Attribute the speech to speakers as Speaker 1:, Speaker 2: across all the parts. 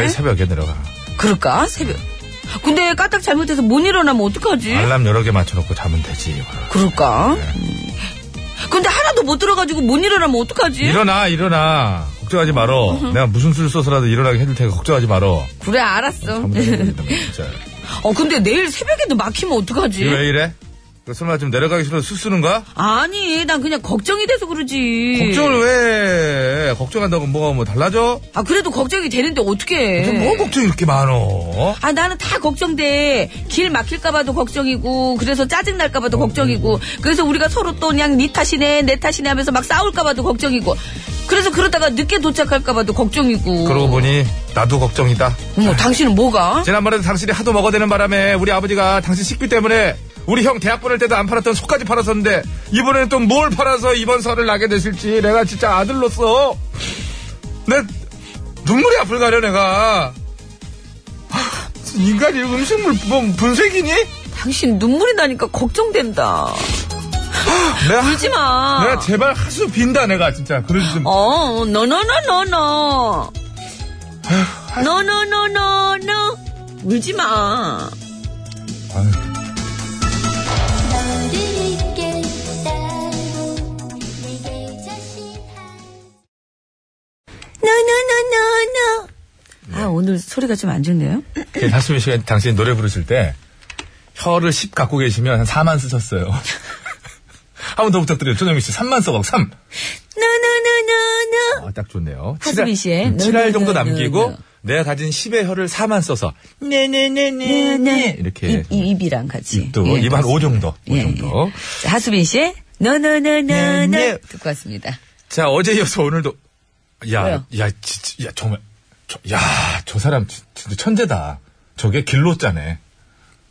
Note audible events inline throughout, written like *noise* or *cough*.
Speaker 1: 새벽에 들어가.
Speaker 2: 그럴까? 새벽. 근데 까딱 잘못해서 못 일어나면 어떡하지?
Speaker 1: 알람 여러 개 맞춰놓고 자면 되지.
Speaker 2: 예? 그럴까?
Speaker 1: 네.
Speaker 2: 음. 근데 하나도 못 들어가지고 못 일어나면 어떡하지?
Speaker 1: 일어나, 일어나. 걱정하지 말어. 내가 무슨 수를 써서라도 일어나게 해줄 테니까 걱정하지 말어.
Speaker 2: 그래, 알았어.
Speaker 1: 잘못했습니다, 진짜.
Speaker 2: *laughs* 어, 근데 내일 새벽에도 막히면 어떡하지?
Speaker 1: 이거 왜 이래? 이거 설마 지금 내려가기 싫어서 수 쓰는 거야?
Speaker 2: 아니, 난 그냥 걱정이 돼서 그러지.
Speaker 1: 걱정을 왜 해? 걱정한다고 뭐가 뭐 달라져?
Speaker 2: 아, 그래도 걱정이 되는데 어떡해.
Speaker 1: 지금 뭐 걱정이 이렇게 많어?
Speaker 2: 아, 나는 다 걱정돼. 길 막힐까봐도 걱정이고, 그래서 짜증날까봐도
Speaker 1: 어,
Speaker 2: 걱정이고,
Speaker 1: 음.
Speaker 2: 그래서 우리가 서로 또 그냥 니 탓이네, 내 탓이네 하면서 막 싸울까봐도 걱정이고, 그래서 그러다가 늦게 도착할까봐도 걱정이고.
Speaker 1: 그러고 보니 나도 걱정이다.
Speaker 2: 어머, 당신은 뭐가?
Speaker 1: 지난번에도 당신이 하도 먹어대는 바람에 우리 아버지가 당신 식비 때문에 우리 형 대학 보낼 때도 안 팔았던 속까지 팔았었는데 이번에는 또 뭘 팔아서 이번 설을 나게 되실지 내가 진짜 아들로서 내 눈물이 앞을 가려 내가 하, 인간이 음식물 뭐, 분- 분쇄기니?
Speaker 2: 당신 눈물이 나니까 걱정된다.
Speaker 1: 내가
Speaker 2: 울지 마.
Speaker 1: 내가 제발 하수 빈다 내가 진짜 그러지 좀
Speaker 2: 어, 너너너너너. 너너너너너. 울지 마.
Speaker 1: 아유.
Speaker 3: 너를 잊겠다고 내게 자신한
Speaker 2: 너너너너너. 아, 오늘 소리가 좀 안 좋네요.
Speaker 1: 그 하수빈 씨가 당신이 노래 부르실 때 혀를 10 갖고 계시면 한 4만 쓰셨어요. *laughs* 한 번 더 부탁드려요. 전영미 씨 3만 써갖고 3.
Speaker 2: 너너너너너.
Speaker 1: 아, 딱 좋네요.
Speaker 2: 하수빈
Speaker 1: 칠할-
Speaker 2: 씨의
Speaker 1: 음,
Speaker 2: 네,
Speaker 1: 칠할
Speaker 2: 네,
Speaker 1: 정도
Speaker 2: 네,
Speaker 1: 남기고
Speaker 2: 네, 네.
Speaker 1: 내가 가진 10의 혀를 4만 써서 네, 네네네네 네. 이렇게
Speaker 2: 입, 입, 이랑 같이.
Speaker 1: 입도
Speaker 2: 예,
Speaker 1: 입 한 5 정도. 5
Speaker 2: 예,
Speaker 1: 정도.
Speaker 2: 예. 자, 하수빈 씨의
Speaker 1: 네, 네.
Speaker 2: 너너너너너 듣고 왔습니다.
Speaker 1: 자 어제 이어서 오늘도 야,
Speaker 2: 왜요?
Speaker 1: 야, 진짜, 야 정말 저, 야, 저 사람 진- 진짜 천재다. 저게 길로자네.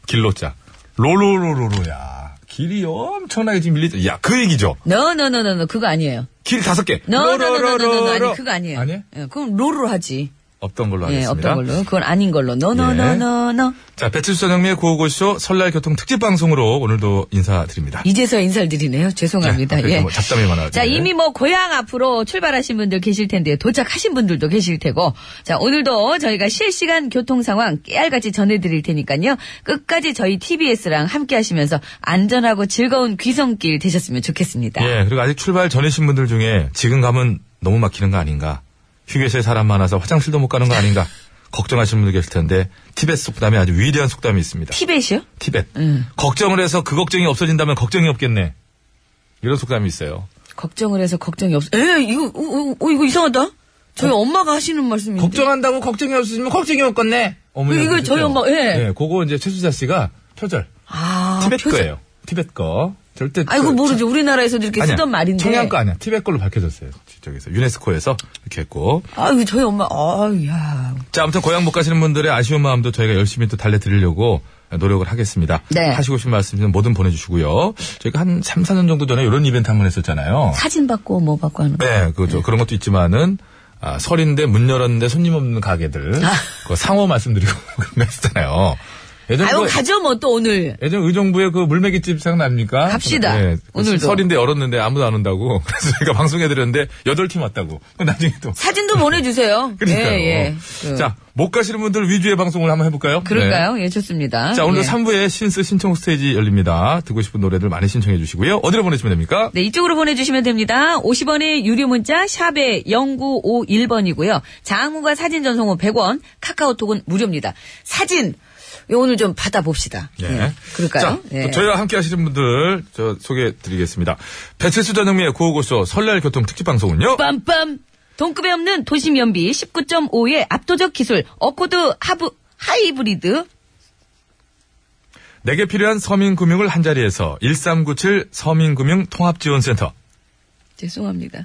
Speaker 1: 길로자. 로로로로로야. 길이 엄청나게 지금 밀리죠. 야, 그 얘기죠.
Speaker 2: 너너너너너 그거 아니에요.
Speaker 1: 길 다섯 개.
Speaker 2: 너너너너너너
Speaker 1: 로로로로로.
Speaker 2: 아니 그거 아니에요.
Speaker 1: 아니?
Speaker 2: 예, 그건 로로 하지.
Speaker 1: 없던 걸로
Speaker 2: 예,
Speaker 1: 하겠습니다. 예.
Speaker 2: 없던 걸로. 그건 아닌 걸로. 너너너너너.
Speaker 1: 자, 배칠수 전영미의 구호고쇼 설날 교통 특집 방송으로 오늘도 인사드립니다.
Speaker 2: 이제서 인사를 드리네요. 죄송합니다.
Speaker 1: 네, 앞에
Speaker 2: 예.
Speaker 1: 뭐 잡담이 많아가지고.
Speaker 2: 자, 이미 뭐 고향 앞으로 출발하신 분들 계실 텐데 도착하신 분들도 계실 테고. 자, 오늘도 저희가 실시간 교통 상황 깨알같이 전해 드릴 테니까요. 끝까지 저희 TBS랑 함께 하시면서 안전하고 즐거운 귀성길 되셨으면 좋겠습니다.
Speaker 1: 예, 그리고 아직 출발 전이신 분들 중에 지금 가면 너무 막히는 거 아닌가. 휴게소에 사람 많아서 화장실도 못 가는 거 아닌가. 걱정하시는 분들 계실 텐데 티벳 속담에 아주 위대한 속담이 있습니다.
Speaker 2: 티벳이요?
Speaker 1: 티벳.
Speaker 2: 음.
Speaker 1: 걱정을 해서 그 걱정이 없어진다면 걱정이 없겠네. 이런 속담이 있어요.
Speaker 2: 걱정을 해서 걱정이 없어. 에, 이거 어, 어, 어, 이거 이상하다. 저희 엄마가 하시는 말씀인데.
Speaker 1: 어? 걱정한다고 걱정이 없으시면 걱정이 없겠네. 어머니
Speaker 2: 이거 저희 엄마, 예.
Speaker 1: 예, 그거 이제 최수자 씨가 표절.
Speaker 2: 아,
Speaker 1: 티벳
Speaker 2: 표정-
Speaker 1: 거예요. 티벳 거. 절대.
Speaker 2: 아이고
Speaker 1: 저-
Speaker 2: 모르죠. 우리나라에서 이렇게
Speaker 1: 아니야.
Speaker 2: 쓰던 말인데.
Speaker 1: 청양 거 아니야. 티벳 걸로 밝혀졌어요. 저기서 유네스코에서 이렇게 했고.
Speaker 2: 아이고 저희 엄마. 아야.
Speaker 1: 자, 아무튼 고향 못 가시는 분들의 아쉬운 마음도 저희가 열심히 또 달래드리려고 노력을 하겠습니다.
Speaker 2: 네.
Speaker 1: 하시고 싶은 말씀은 뭐든 보내주시고요. 저희가 한 3, 4년 정도 전에 이런 이벤트 한 번 했었잖아요.
Speaker 2: 사진 받고 뭐 받고 하는 거.
Speaker 1: 네, 그, 저, 그런 것도 있지만은, 아, 설인데 문 열었는데 손님 없는 가게들.
Speaker 2: 아.
Speaker 1: 그 상호 말씀드리고 *laughs* 그런 거 했었잖아요. 예전에,
Speaker 2: 아유
Speaker 1: 그,
Speaker 2: 가죠 뭐 또 오늘.
Speaker 1: 예전 의정부의 그 물매기집 생각납니까?
Speaker 2: 갑시다.
Speaker 1: 그
Speaker 2: 오늘도.
Speaker 1: 설인데 열었는데 아무도 안 온다고. *laughs* 그래서 저희가 방송해드렸는데 여덟 팀 왔다고. 그럼 나중에 또. *laughs*
Speaker 2: 사진도 보내주세요.
Speaker 1: 그러니까요.
Speaker 2: 예, 예.
Speaker 1: 자, 못 가시는 분들 위주의 방송을 한번 해볼까요? 네.
Speaker 2: 그럴까요? 예, 좋습니다.
Speaker 1: 자, 오늘도
Speaker 2: 예.
Speaker 1: 3부의 신스 신청 스테이지 열립니다. 듣고 싶은 노래들 많이 신청해 주시고요. 어디로 보내시면 됩니까?
Speaker 2: 네, 이쪽으로 보내주시면 됩니다. 50원의 유료 문자, 샵에 0951번이고요. 장문과 사진 전송은 100원, 카카오톡은 무료입니다. 사진, 요 오늘 좀 받아봅시다. 예, 그럴까요?
Speaker 1: 네. 자,
Speaker 2: 예.
Speaker 1: 또 저희와 함께 하시는 분들 저 소개해 드리겠습니다. 배칠수 전영미의 구호고쇼 설날 교통 특집 방송은요.
Speaker 2: 빰빰! 동급에 없는 도심연비 19.5의 압도적 기술, 어코드 하브, 하이브리드,
Speaker 1: 내게 필요한 서민금융을 한자리에서 1397 서민금융통합지원센터.
Speaker 2: 죄송합니다.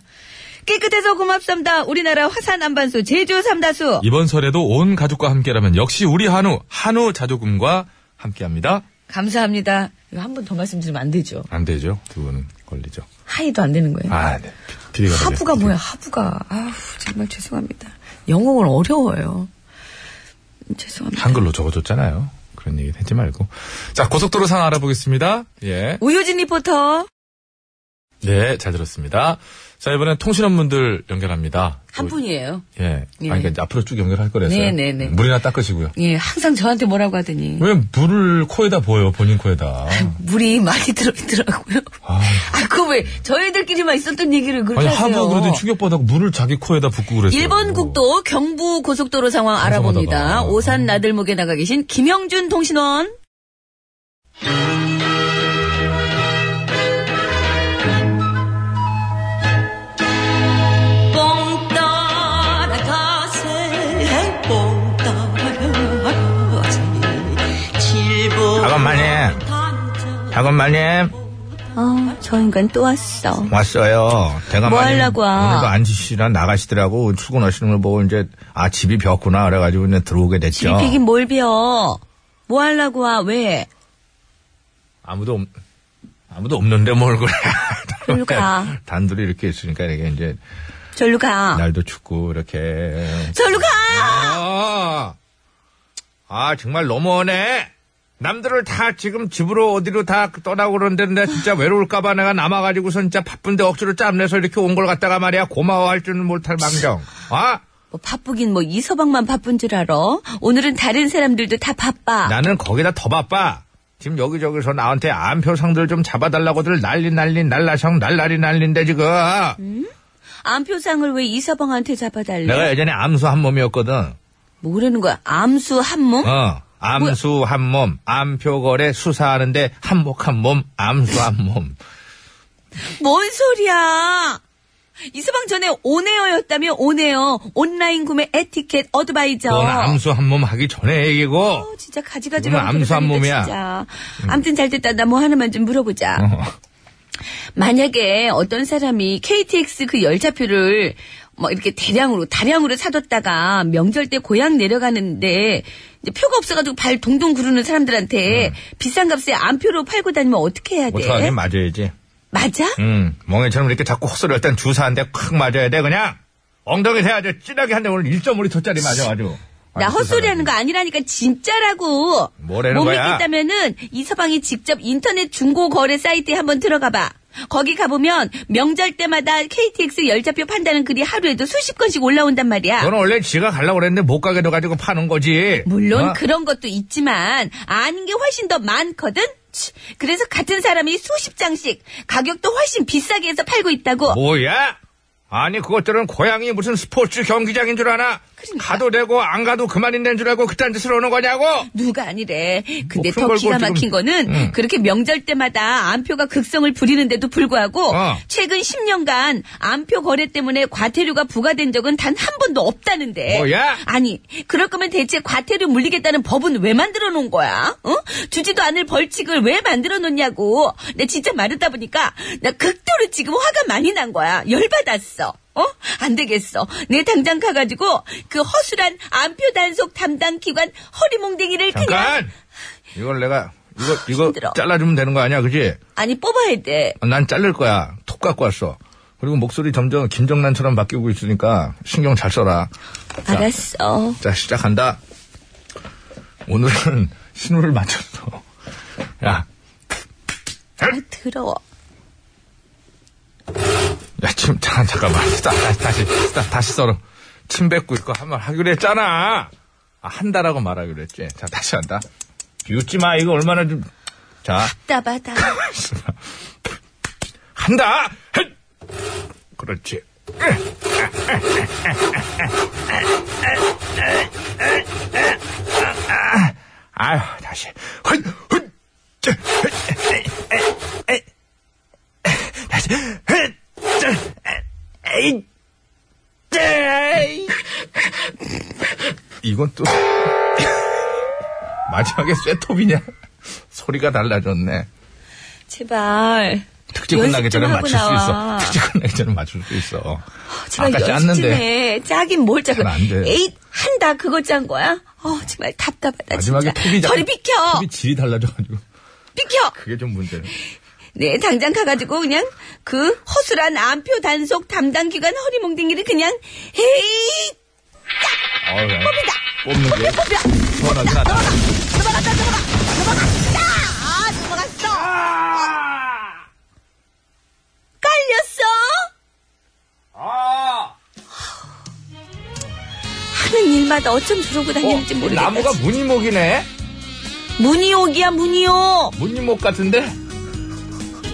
Speaker 2: 깨끗해서 고맙습니다. 우리나라 화산 안반수, 제주 삼다수.
Speaker 4: 예.
Speaker 1: 이번 설에도 온 가족과 함께라면 역시 우리 한우, 한우 자조금과 함께합니다.
Speaker 2: 감사합니다. 이거 한 번 더 말씀드리면 안 되죠.
Speaker 1: 안 되죠? 두 분은 걸리죠.
Speaker 2: 하이도 안 되는 거예요.
Speaker 1: 아, 네. 피디가
Speaker 2: 하부가 뭐야, 하부가. 아우, 정말 죄송합니다. 영어는 어려워요. 음, 죄송합니다.
Speaker 1: 한글로 적어줬잖아요. 그런 얘기는 하지 말고. 자, 고속도로 상황 알아보겠습니다. 예.
Speaker 2: 우효진 리포터.
Speaker 4: 네, 잘 들었습니다. 자, 이번엔 통신원분들 연결합니다.
Speaker 2: 한 분이에요.
Speaker 4: 예.
Speaker 2: 예.
Speaker 4: 아니, 그러니까 앞으로 쭉 연결할 거라서요.
Speaker 2: 네, 네, 네.
Speaker 4: 물이나 닦으시고요.
Speaker 2: 예, 항상 저한테 뭐라고 하더니
Speaker 4: 왜 물을 코에다 부어요, 본인 코에다.
Speaker 2: 물이 많이 들어있더라고요.
Speaker 4: 아.
Speaker 2: 아, 그거 왜 저희들끼리만 있었던 얘기를
Speaker 4: 아니,
Speaker 2: 그렇게
Speaker 4: 하부
Speaker 2: 하세요?
Speaker 4: 그러더니 충격받아고 물을 자기 코에다 붓고
Speaker 1: 그렇죠.
Speaker 4: 그랬어요.
Speaker 2: 일본 국도 경부 고속도로 상황 알아봅니다.
Speaker 4: 상상하다가.
Speaker 2: 오산 나들목에 나가 계신 김영준 통신원. 뽕 따라가세, 뽕 따라가세, 칠보
Speaker 1: 작업마님, 작업마님,
Speaker 2: 아, 저 인간 또 왔어.
Speaker 1: 왔어요. 대감마님.
Speaker 2: 뭐 하려고 와?
Speaker 1: 오늘도 안지씨랑 나가시더라고. 출근하시는 걸 보고 이제, 아, 집이 비었구나. 그래가지고 이제 들어오게
Speaker 2: 집이 뭐-
Speaker 1: 됐죠.
Speaker 2: 비긴 뭘 비어? 뭐 하려고 와? 왜?
Speaker 1: 아무도, 없- 아무도 없는데 뭘 그래.
Speaker 2: 일로 가.
Speaker 1: *laughs* 단둘이 이렇게 있으니까 이게 이제,
Speaker 2: 절로 가.
Speaker 1: 날도 춥고, 이렇게.
Speaker 2: 절로 가!
Speaker 1: 아, 아, 정말 너무하네. 남들을 다 지금 집으로 어디로 다 떠나고 그러는데 내가 진짜 외로울까봐 내가 남아가지고서 진짜 바쁜데 억지로 짬내서 이렇게 온 걸 갖다가 말이야 고마워할 줄은 못할 망정. 아,
Speaker 2: 뭐 바쁘긴 뭐 이 서방만 바쁜 줄 알아. 오늘은 다른 사람들도 다 바빠.
Speaker 1: 나는 거기다 더 바빠. 지금 여기저기서 나한테 안표상들 좀 잡아달라고들 난리 난리 날라성 날라리 난리인데 지금.
Speaker 2: 암표상을 왜 이 서방한테 잡아달래?
Speaker 1: 내가 예전에 암수 한 몸이었거든.
Speaker 2: 뭐라는 거야? 암수 한 몸?
Speaker 1: 어. 암수 한 몸, 암표거래 수사하는데 한복 한 몸, 암수 한 몸.
Speaker 2: 뭔 소리야? 이 서방 전에 온에어였다며 온에어 온라인 구매 에티켓 어드바이저.
Speaker 1: 그건 암수 한 몸 하기 전에 얘기고.
Speaker 2: 어, 진짜 가지가지로
Speaker 1: 정말 암수한 몸이야. 음.
Speaker 2: 진짜. 아무튼 잘 됐다. 나 뭐 하나만 좀 물어보자. 만약에 어떤 사람이 KTX 그 열차표를 뭐 이렇게 대량으로 다량으로 사뒀다가 명절 때 고향 내려가는데 이제 표가 없어가지고 발 동동 구르는
Speaker 1: 네.
Speaker 2: 사람들한테 비싼 값에 안표로 팔고 다니면 어떻게 해야 돼?
Speaker 1: 어떡하긴 뭐 맞아야지.
Speaker 2: 맞아?
Speaker 1: 음, 멍해처럼 이렇게 자꾸 헛소리할 땐 주사 한 대 콱 맞아야 돼, 그냥. 엉덩이 대야지. 진하게 한 대 오늘 1.5리터짜리 맞아, 아주.
Speaker 2: 나 헛소리하는 거 아니라니까 진짜라고.
Speaker 1: 뭐라는
Speaker 2: 못
Speaker 1: 거야?
Speaker 2: 믿겠다면은 이 서방이 직접 인터넷 중고 거래 사이트에 한번 들어가봐. 거기 가보면 명절 때마다 KTX 열차표 판다는 글이 하루에도 수십 건씩 올라온단 말이야.
Speaker 1: 너는 원래 지가 가려고 그랬는데 못 가게 돼가지고 파는 거지.
Speaker 2: 물론
Speaker 1: 어?
Speaker 2: 그런 것도 있지만 아는 게 훨씬 더 많거든. 치, 그래서 같은 사람이 수십 장씩 가격도 훨씬 비싸게 해서 팔고 있다고.
Speaker 1: 뭐야? 아니, 그것들은 고향이 무슨 스포츠 경기장인 줄 아나?
Speaker 2: 그러니까.
Speaker 1: 가도 되고, 안 가도 그만인 데인 줄 알고 그딴 짓을 오는 거냐고?
Speaker 2: 누가 아니래. 근데
Speaker 1: 뭐
Speaker 2: 더
Speaker 1: 그걸 음.
Speaker 2: 기가
Speaker 1: 지금-
Speaker 2: 막힌 거는
Speaker 1: 응.
Speaker 2: 그렇게 명절 때마다 안표가 극성을 부리는데도 불구하고
Speaker 1: 어.
Speaker 2: 최근 10년간 안표 거래 때문에 과태료가 부과된 적은 단 한 번도 없다는데.
Speaker 1: 어, 뭐야?
Speaker 2: 아니 그럴 거면 대체 과태료 물리겠다는 법은 왜 만들어 놓은 거야? 어? 주지도 않을 벌칙을 왜 만들어 놓냐고. 나 진짜 말하다 보니까 나 극도로 지금 화가 많이 난 거야. 열받았어. 어? 안 되겠어. 내 당장 가가지고 그 허술한 안표 단속 담당 기관 허리몽댕이를 그냥
Speaker 1: 잠깐! 이걸 내가, 이거, 이거
Speaker 2: 힘들어.
Speaker 1: 잘라주면 되는 거 아니야, 그지?
Speaker 2: 아니 뽑아야 돼.
Speaker 1: 난 자를 거야. 톡 갖고 왔어. 그리고 목소리 점점 김정란처럼 바뀌고 있으니까 신경 잘 써라.
Speaker 2: 알았어.
Speaker 1: 자, 시작한다. 오늘은 신호를 맞췄어. 야,
Speaker 2: 아, 더러워.
Speaker 1: 야, 침, 잠깐, 잠깐만. 다, 다시, 다시, 다, 다시 썰어. 침 뱉고 있고 한 말 하기로 했잖아. 아, 한다라고 말하기로 했지. 자, 다시 한다. 웃지 마. 이거 얼마나 좀. 자,
Speaker 2: 답답하다.
Speaker 1: *laughs* 한다! 헷! 그렇지. 아유, 다시. 헛! 헛! 자, 헛! 에, 에, 에. 다시. 헛! 자, 에, 에이. 자, 에이. 이건 또. *laughs* 마지막에 쇠톱이냐? 소리가 달라졌네.
Speaker 2: 제발.
Speaker 1: 특집
Speaker 2: 연습
Speaker 1: 끝나기
Speaker 2: 좀
Speaker 1: 전에
Speaker 2: 하고
Speaker 1: 맞출 수
Speaker 2: 나와.
Speaker 1: 있어. 특집 끝나기 전에 맞출 수 있어.
Speaker 2: 제발
Speaker 1: 아까
Speaker 2: 연습 좀
Speaker 1: 짰는데
Speaker 2: 해. 짜긴 뭘 짜고.
Speaker 1: 잘안 돼.
Speaker 2: 에이 한다 그거 짠 거야? 어 정말 답답하다
Speaker 1: 마지막에
Speaker 2: 진짜.
Speaker 1: 톱이 작-
Speaker 2: 저리 비켜.
Speaker 1: 톱이 질이 달라져가지고
Speaker 2: 비켜.
Speaker 1: 그게 좀 문제네.
Speaker 2: 네 당장 가가지고 그냥 그 허술한 안표 단속 담당 기관 허리몽댕이를 그냥 에이
Speaker 1: 어우, 야. 뽑는 게 시원하긴 하다. 아!
Speaker 2: 아 넘어갔어. 어. 까
Speaker 1: 아! 어,
Speaker 2: 집마다 어쩜 저러고 다니는지
Speaker 5: 어,
Speaker 2: 모르겠다.
Speaker 5: 나무가 무늬목이네?
Speaker 2: 무늬옥이야, 무늬옥!
Speaker 5: 무늬목 같은데?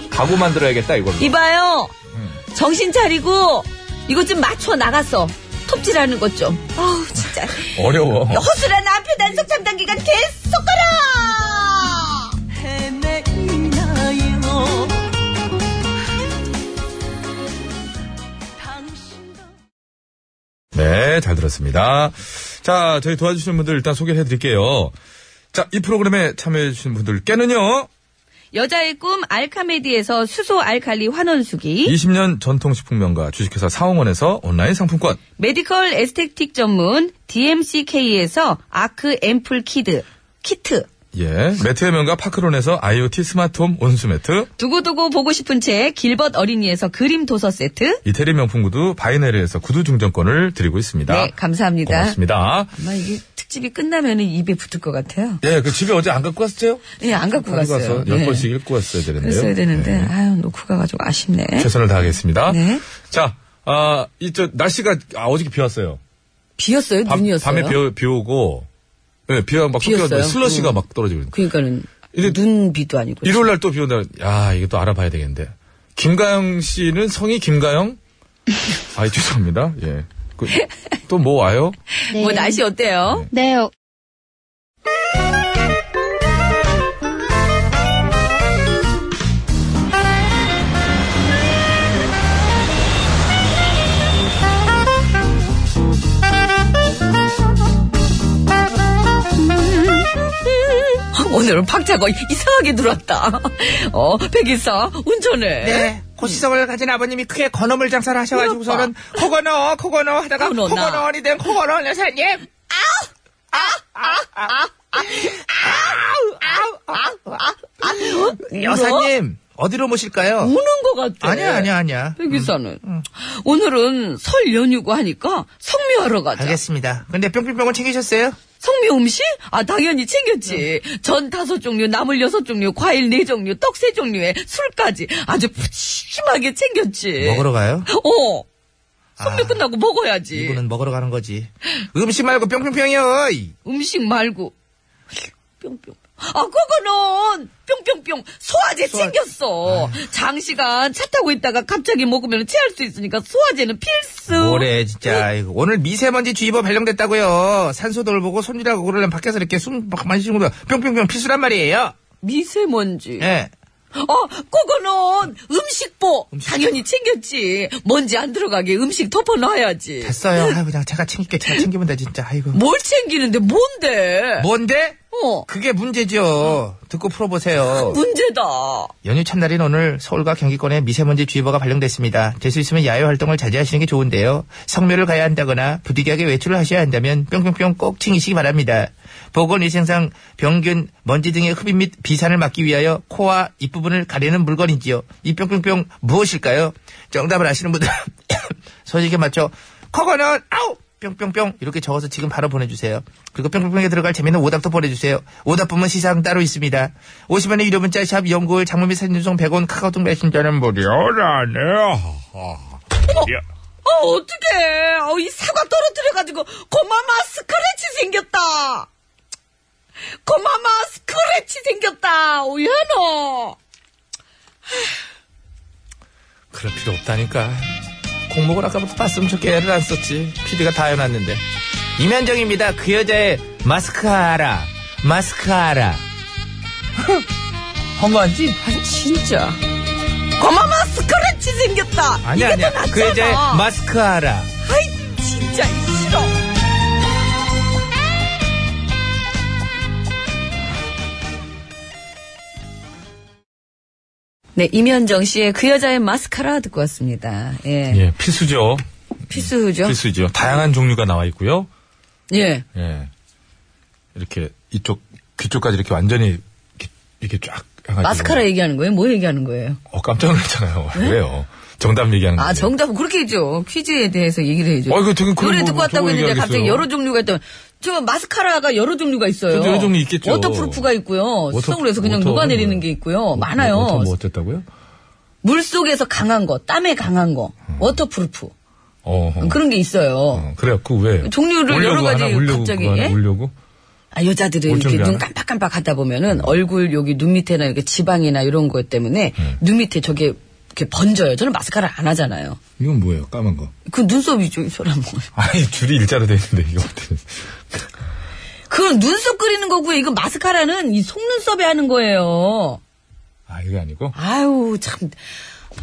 Speaker 5: 가구 만들어야겠다, 이걸로.
Speaker 2: 이봐요. 정신 차리고, 이것 좀 맞춰 나갔어. 톱질하는 것 좀. 아우, 진짜.
Speaker 5: 어려워.
Speaker 2: 허술한 앞에 단속 참단 기간 계속 가라!
Speaker 1: 네, 잘 들었습니다. 자, 저희 도와주시는 분들 일단 소개를 해드릴게요. 자, 이 프로그램에 참여해주신 분들께는요,
Speaker 2: 여자의 꿈 알카메디에서 수소 알칼리 환원수기,
Speaker 1: 20년 전통식품명가 주식회사 사홍원에서 온라인 상품권,
Speaker 2: 메디컬 에스테틱 전문 DMCK에서 아크 앰플 키드, 키트,
Speaker 1: 예, 매트의 명가 파크론에서 IoT 스마트홈 온수매트,
Speaker 2: 두고두고 보고 싶은 책 길벗 어린이에서 그림 도서 세트,
Speaker 1: 이태리 명품 구두 바이네르에서 구두 중정권을 드리고 있습니다.
Speaker 2: 네, 감사합니다.
Speaker 1: 고맙습니다.
Speaker 2: 아마 이게 특집이 끝나면은 입에 붙을 것 같아요.
Speaker 1: 예, 그 집에 어제 안 갖고 왔어요?
Speaker 2: 예, 안 갖고
Speaker 1: 가지고
Speaker 2: 갔어요.
Speaker 1: 와서 열
Speaker 2: 네.
Speaker 1: 번씩 읽고 왔어야 되는데요.
Speaker 2: 그랬어야 되는데,
Speaker 1: 네.
Speaker 2: 아유, 놓고 가가지고 아쉽네.
Speaker 1: 최선을 다하겠습니다.
Speaker 2: 네.
Speaker 1: 자, 아, 이, 저, 날씨가, 아, 어저께 비 왔어요.
Speaker 2: 비었어요?
Speaker 1: 밤,
Speaker 2: 눈이었어요?
Speaker 1: 밤에 비, 오- 비 오고, 예, 비가 막
Speaker 2: 비었어요?
Speaker 1: 쏟겨, 슬러시가
Speaker 2: 음.
Speaker 1: 막 떨어지고.
Speaker 2: 그러니까는,
Speaker 1: 이제-
Speaker 2: 눈 비도 아니고.
Speaker 1: 일요일 날 또 비 온다. 야, 이거 또 알아봐야 되겠는데. 김가영 씨는 성이
Speaker 2: *laughs*
Speaker 1: 김가영? 아이, 죄송합니다. 예. 또 뭐 와요?
Speaker 2: 뭐 날씨 어때요?
Speaker 3: 네, 어,
Speaker 2: 아, 오늘은 박자가 이상하게 들었다. 어, 백이사, 운전해.
Speaker 5: 네. 고시성을 가진 아버님이 크게 건어물 장사를 하셔가지고서는 코건어 코건어 하다가
Speaker 2: 코건어, 나.
Speaker 5: 코건어원이 된 코건어 여사님 여사님 어디로 모실까요?
Speaker 2: 우는 것 같아.
Speaker 5: 아니야 아니야 아니야
Speaker 2: 음. 백이사는. 오늘은 설 연휴고 하니까 성묘하러 가자.
Speaker 5: 알겠습니다 근데 뿅뿅뿅은 챙기셨어요?
Speaker 2: 성미 음식? 아, 당연히 챙겼지. 전 다섯 종류, 나물 여섯 종류, 과일 네 종류, 떡 세 종류에 술까지 아주 푸짐하게 챙겼지.
Speaker 5: 먹으러 가요?
Speaker 2: 어. 성미
Speaker 5: 아,
Speaker 2: 끝나고 먹어야지.
Speaker 5: 이거는 먹으러 가는 거지 음식 말고 뿅뿅뿅이요
Speaker 2: 음식 말고. 뿅뿅. 아, 그거는 뿅뿅뿅 소화제 챙겼어.
Speaker 5: 아.
Speaker 2: 장시간 차 타고 있다가 갑자기 먹으면 체할 수 있으니까 소화제는 필수.
Speaker 5: 뭐래 진짜 아이고. 오늘 미세먼지 주의보 발령됐다고요 산소도 를 보고 손질하고 그러려면 밖에서 이렇게 숨막 마시는 거 뿅뿅뿅 필수란 말이에요
Speaker 2: 미세먼지.
Speaker 5: 예.
Speaker 2: 어, 그거는 음식보. 당연히 챙겼지. 먼지 안 들어가게 음식 덮어놔야지.
Speaker 5: 됐어요. 아유, 그냥 제가 챙길게. 제가 챙기면 돼, 진짜. 아이고.
Speaker 2: 뭘 챙기는데 뭔데?
Speaker 5: 뭔데?
Speaker 2: 어,
Speaker 5: 그게 문제죠. 듣고 풀어보세요.
Speaker 2: 문제다.
Speaker 5: 연휴 첫날인 오늘 서울과 경기권에 미세먼지 주의보가 발령됐습니다. 될 수 있으면 야외 활동을 자제하시는 게 좋은데요. 성묘를 가야 한다거나 부득이하게 외출을 하셔야 한다면 뿅뿅뿅 꼭 챙기시기 바랍니다. 보건위생상 병균, 먼지 등의 흡입 및 비산을 막기 위하여 코와 입 부분을 가리는 물건이지요. 이 뿅뿅뿅 무엇일까요? 정답을 아시는 분들 *coughs* 소식에 맞춰 커거는 아우 뿅뿅뿅 이렇게 적어서 지금 바로 보내주세요. 그리고 뿅뿅뿅에 들어갈 재미있는 오답도 보내주세요. 오답 부문 시상 따로 있습니다. 50원의 유료 문자 샵 연구일 장문 및 사진 전송 100원 카카오톡 메신저는 무료라네요.
Speaker 2: 어, 어떡해. 어, 이 사과 떨어뜨려가지고, 고마마 스크래치 생겼다. 고마마 스크래치 생겼다. 오연어.
Speaker 5: 그럴 필요 없다니까. 공목을 아까부터 봤으면 좋게 애를 안 썼지. PD가 다 해놨는데. 이면정입니다. 그 여자의 마스카라. 마스카라. *laughs* 헝거한지?
Speaker 2: 아, 진짜. 고마마 스크래치 생겼다.
Speaker 5: 아니야,
Speaker 2: 이게
Speaker 5: 아니야.
Speaker 2: 더 낫잖아.
Speaker 5: 그 여자의 마스카라.
Speaker 2: 아이, 진짜 싫어. 네, 임현정 씨의 그 여자의 마스카라 듣고 왔습니다. 예.
Speaker 1: 예, 필수죠.
Speaker 2: 필수죠?
Speaker 1: 필수죠. 다양한 종류가 나와 있고요.
Speaker 2: 예.
Speaker 1: 예. 이렇게 이쪽 귀 쪽까지 이렇게 완전히 이렇게, 이렇게 쫙 해가지고
Speaker 2: 마스카라 얘기하는 거예요? 뭐 얘기하는 거예요?
Speaker 1: 어 깜짝 놀랐잖아요. *laughs* 왜요? 정답 얘기하는 거.
Speaker 2: 아, 정답은 그렇게 해줘. 퀴즈에 대해서 얘기를 해줘.
Speaker 1: 아, 이거 되게 그런
Speaker 2: 노래
Speaker 1: 거
Speaker 2: 듣고
Speaker 1: 뭐
Speaker 2: 왔다고
Speaker 1: 저거
Speaker 2: 했는데 갑자기
Speaker 1: 얘기하겠어요.
Speaker 2: 여러 종류가 있다. 저 마스카라가 여러 종류가 있어요.
Speaker 1: 그죠, 여러 종류 있겠죠.
Speaker 2: 워터프루프가 있고요. 수성으로 해서 그냥 녹아내리는 게 있고요. 어, 많아요.
Speaker 1: 뭐, 뭐 어쨌다고요?
Speaker 2: 물 속에서 강한 거, 땀에 강한 거, 워터프루프.
Speaker 1: 어, 어.
Speaker 2: 그런 게 있어요.
Speaker 1: 어, 그래요. 그 왜?
Speaker 2: 종류를
Speaker 1: 올려고
Speaker 2: 여러 가지
Speaker 1: 하나 올려고
Speaker 2: 갑자기,
Speaker 1: 그거 하나
Speaker 2: 예?
Speaker 1: 올려고?
Speaker 2: 아, 여자들은
Speaker 1: 올챙이
Speaker 2: 이렇게 눈
Speaker 1: 하나?
Speaker 2: 깜빡깜빡 하다 보면은 얼굴 여기 눈 밑에나 이렇게 지방이나 이런 것 때문에
Speaker 1: 음.
Speaker 2: 눈 밑에 저게 이렇게 번져요. 저는 마스카라 안 하잖아요.
Speaker 1: 이건 뭐예요? 까만 거.
Speaker 2: 그 눈썹이 좀 소라 뭐. *laughs*
Speaker 1: 아니 줄이 일자로 돼 있는데 이거 어떻게?
Speaker 2: 그건 눈썹 그리는 거고요. 이건 마스카라는 이 속눈썹에 하는 거예요.
Speaker 1: 아 이게 아니고?
Speaker 2: 아유 참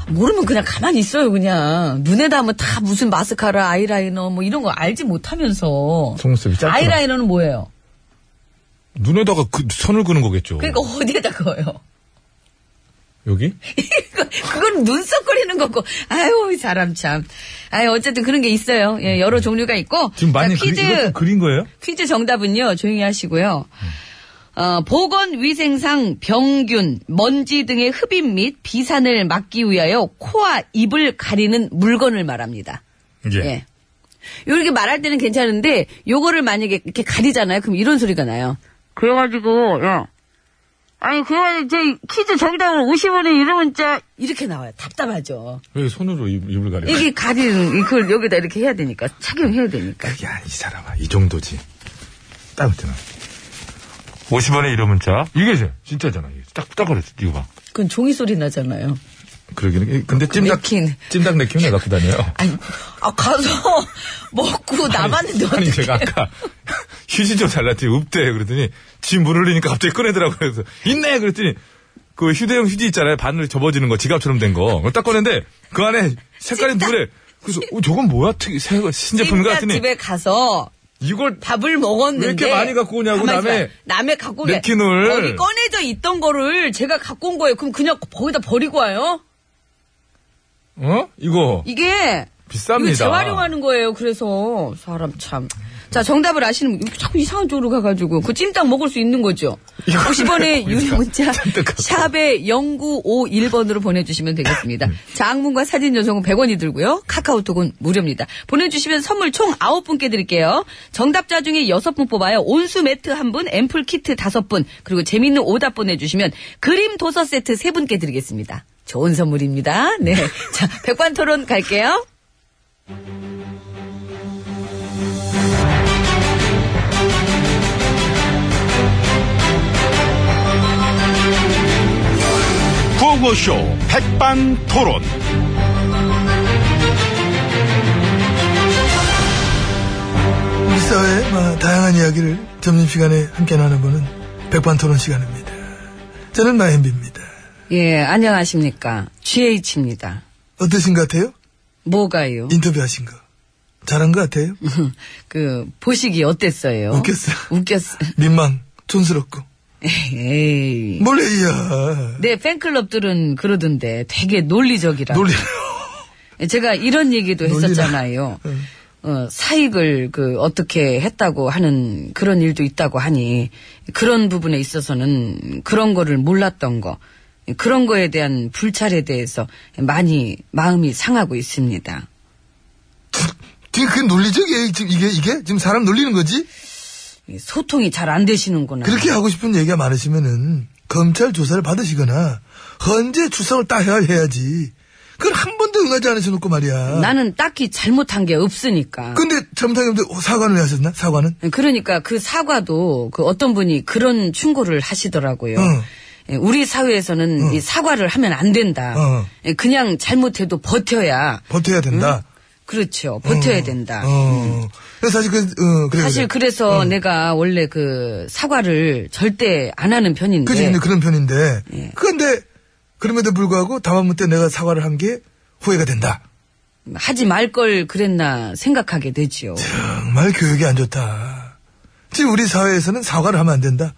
Speaker 2: 모르면 그냥 가만히 있어요 그냥 눈에다 하면 다 무슨 마스카라 아이라이너 뭐 이런 거 알지 못하면서
Speaker 1: 속눈썹이 짧구나.
Speaker 2: 아이라이너는 뭐예요?
Speaker 1: 눈에다가 그 선을 그는 거겠죠.
Speaker 2: 그러니까 어디에다 그어요? *laughs*
Speaker 1: 여기?
Speaker 2: 그거- 그건 눈썹 그리는 거고 아유 이 사람 참 아유 어쨌든 그런 게 있어요 예, 여러 종류가 있고
Speaker 1: 음. 지금 많이
Speaker 2: 자,
Speaker 1: 그리,
Speaker 2: 그러니까 퀴즈
Speaker 1: 이것도 그린 음. 거예요?
Speaker 2: 퀴즈 정답은요, 조용히 하시고요. 어, 보건위생상 병균, 먼지 등의 흡입 및 비산을 막기 위하여 코와 입을 가리는 물건을 말합니다. 예. 요렇게 말할 때는 괜찮은데, 요거를 만약에 이렇게 가리잖아요? 그럼 이런 소리가 나요.
Speaker 6: 그래가지고, 야. 아니, 그래가지고, 제 퀴즈 정답은 50원에 이름 문자
Speaker 2: 이렇게 나와요. 답답하죠.
Speaker 1: 왜 손으로 입, 을 가려?
Speaker 2: 이게 가리는, 그걸 여기다 이렇게 해야 되니까. 착용해야 되니까.
Speaker 1: 야, 이 사람아, 이 정도지. 딱 어때나. 50원의 이름 문자. 이게 제, 진짜잖아. 이게. 딱, 딱 그랬어. 이거 봐.
Speaker 2: 그건 종이 소리 나잖아요.
Speaker 1: 그러긴, 해. 근데 찜닭,
Speaker 2: 맥힌.
Speaker 1: 찜닭 내 키우네 갖고 다녀요.
Speaker 2: 아니, 아, 가서 *laughs* 먹고 남았는데 어떡해.
Speaker 1: 아니, 제가 아까 *laughs* 휴지 좀 잘랐지. 읍대. 그랬더니 지 물 흘리니까 갑자기 꺼내더라고요. 그래서 있네! 그랬더니 그 휴대용 휴지 있잖아요. 바늘 접어지는 거, 지갑처럼 된 거. 그걸 딱 꺼냈는데 그 안에 색깔이
Speaker 2: 찜닭.
Speaker 1: 노래. 그래서 어, 저건 뭐야? 특이, 새, 신제품인가?
Speaker 2: 찜닭
Speaker 1: 했더니
Speaker 2: 집에 가서
Speaker 1: 이걸
Speaker 2: 밥을 먹었는데
Speaker 1: 왜 이렇게 많이 갖고 오냐고,
Speaker 2: 가만히
Speaker 1: 남의-
Speaker 2: 있어봐. 남의 갖고 온
Speaker 1: 냅킨을.
Speaker 2: 거기 꺼내져 있던 거를 제가 갖고 온 거예요. 그럼 그냥 거기다 버리고 와요?
Speaker 1: 어? 이거
Speaker 2: 이게
Speaker 1: 비쌉니다.
Speaker 2: 이거 재활용하는 거예요. 그래서 사람 참. 자 정답을 아시는 분 자꾸 이상한 쪽으로 가가지고 그 찜닭 먹을 수 있는 거죠.
Speaker 1: *laughs*
Speaker 2: 50원의 유료 문자 샵에 0951번으로 보내주시면 되겠습니다. 장문과 사진 전송은 100원이 들고요. 카카오톡은 무료입니다. 보내주시면 선물 총 9분께 드릴게요. 정답자 중에 6분 뽑아요. 온수 매트 1분, 앰플 키트 5분, 그리고 재밌는 오답 보내주시면 그림 도서 세트 3분께 드리겠습니다. 좋은 선물입니다. 네. 자, 백반 토론 갈게요.
Speaker 7: 구호쇼 백반토론.
Speaker 8: 우리 사회의 뭐, 다양한 이야기를 점심시간에 함께 나눠보는 백반토론 시간입니다. 저는 마현비입니다.
Speaker 2: 예, 안녕하십니까. GH입니다.
Speaker 8: 어떠신 것 같아요? *laughs*
Speaker 2: 뭐가요?
Speaker 8: 인터뷰하신 거. 잘한 것 같아요?
Speaker 2: 그, 보시기 어땠어요?
Speaker 8: 웃겼어.
Speaker 2: 웃겼어. *laughs*
Speaker 8: 민망, 촌스럽고.
Speaker 2: 에이.
Speaker 8: 몰래, 이야.
Speaker 2: 내 팬클럽들은 그러던데 되게 논리적이라.
Speaker 8: 놀리,
Speaker 2: 제가 이런 얘기도
Speaker 8: *laughs*
Speaker 2: 했었잖아요.
Speaker 8: 네.
Speaker 2: 어, 사익을 그 어떻게 했다고 하는 그런 일도 있다고 하니 그런 부분에 있어서는 그런 거를 몰랐던 거 그런 거에 대한 불찰에 대해서 많이 마음이 상하고 있습니다.
Speaker 8: 지금 그게 논리적이에요? 지금 이게, 이게? 지금 사람 놀리는 거지?
Speaker 2: 이 예, 소통이 잘 안 되시는구나.
Speaker 8: 그렇게 하고 싶은 얘기가 많으시면은, 검찰 조사를 받으시거나, 헌재 추성을 딱 해야, 해야지. 그걸 한 번도 응하지 않으셔놓고 말이야.
Speaker 2: 나는 딱히 잘못한 게 없으니까.
Speaker 8: 근데 잘못하게 사과는 왜 하셨나? 사과는?
Speaker 2: 그러니까 그 사과도 그 어떤 분이 그런 충고를 하시더라고요.
Speaker 8: 응.
Speaker 2: 예, 우리 사회에서는 이 사과를 하면 안 된다.
Speaker 8: 어.
Speaker 2: 예, 그냥 잘못해도 버텨야.
Speaker 8: 버텨야 된다.
Speaker 2: 그렇죠. 버텨야 된다.
Speaker 8: 어. 그래서 사실 그, 어, 그래,
Speaker 2: 사실
Speaker 8: 그래.
Speaker 2: 그래서 내가 원래 그 사과를 절대 안 하는 편인데.
Speaker 8: 그지 근데 그런 편인데.
Speaker 2: 예.
Speaker 8: 그런데 그럼에도 불구하고 다음 때 내가 사과를 한 게 후회가 된다. 그
Speaker 2: 하지 말 걸 그랬나 생각하게 되지요.
Speaker 8: 정말 교육이 안 좋다. 지금 우리 사회에서는 사과를 하면 안 된다.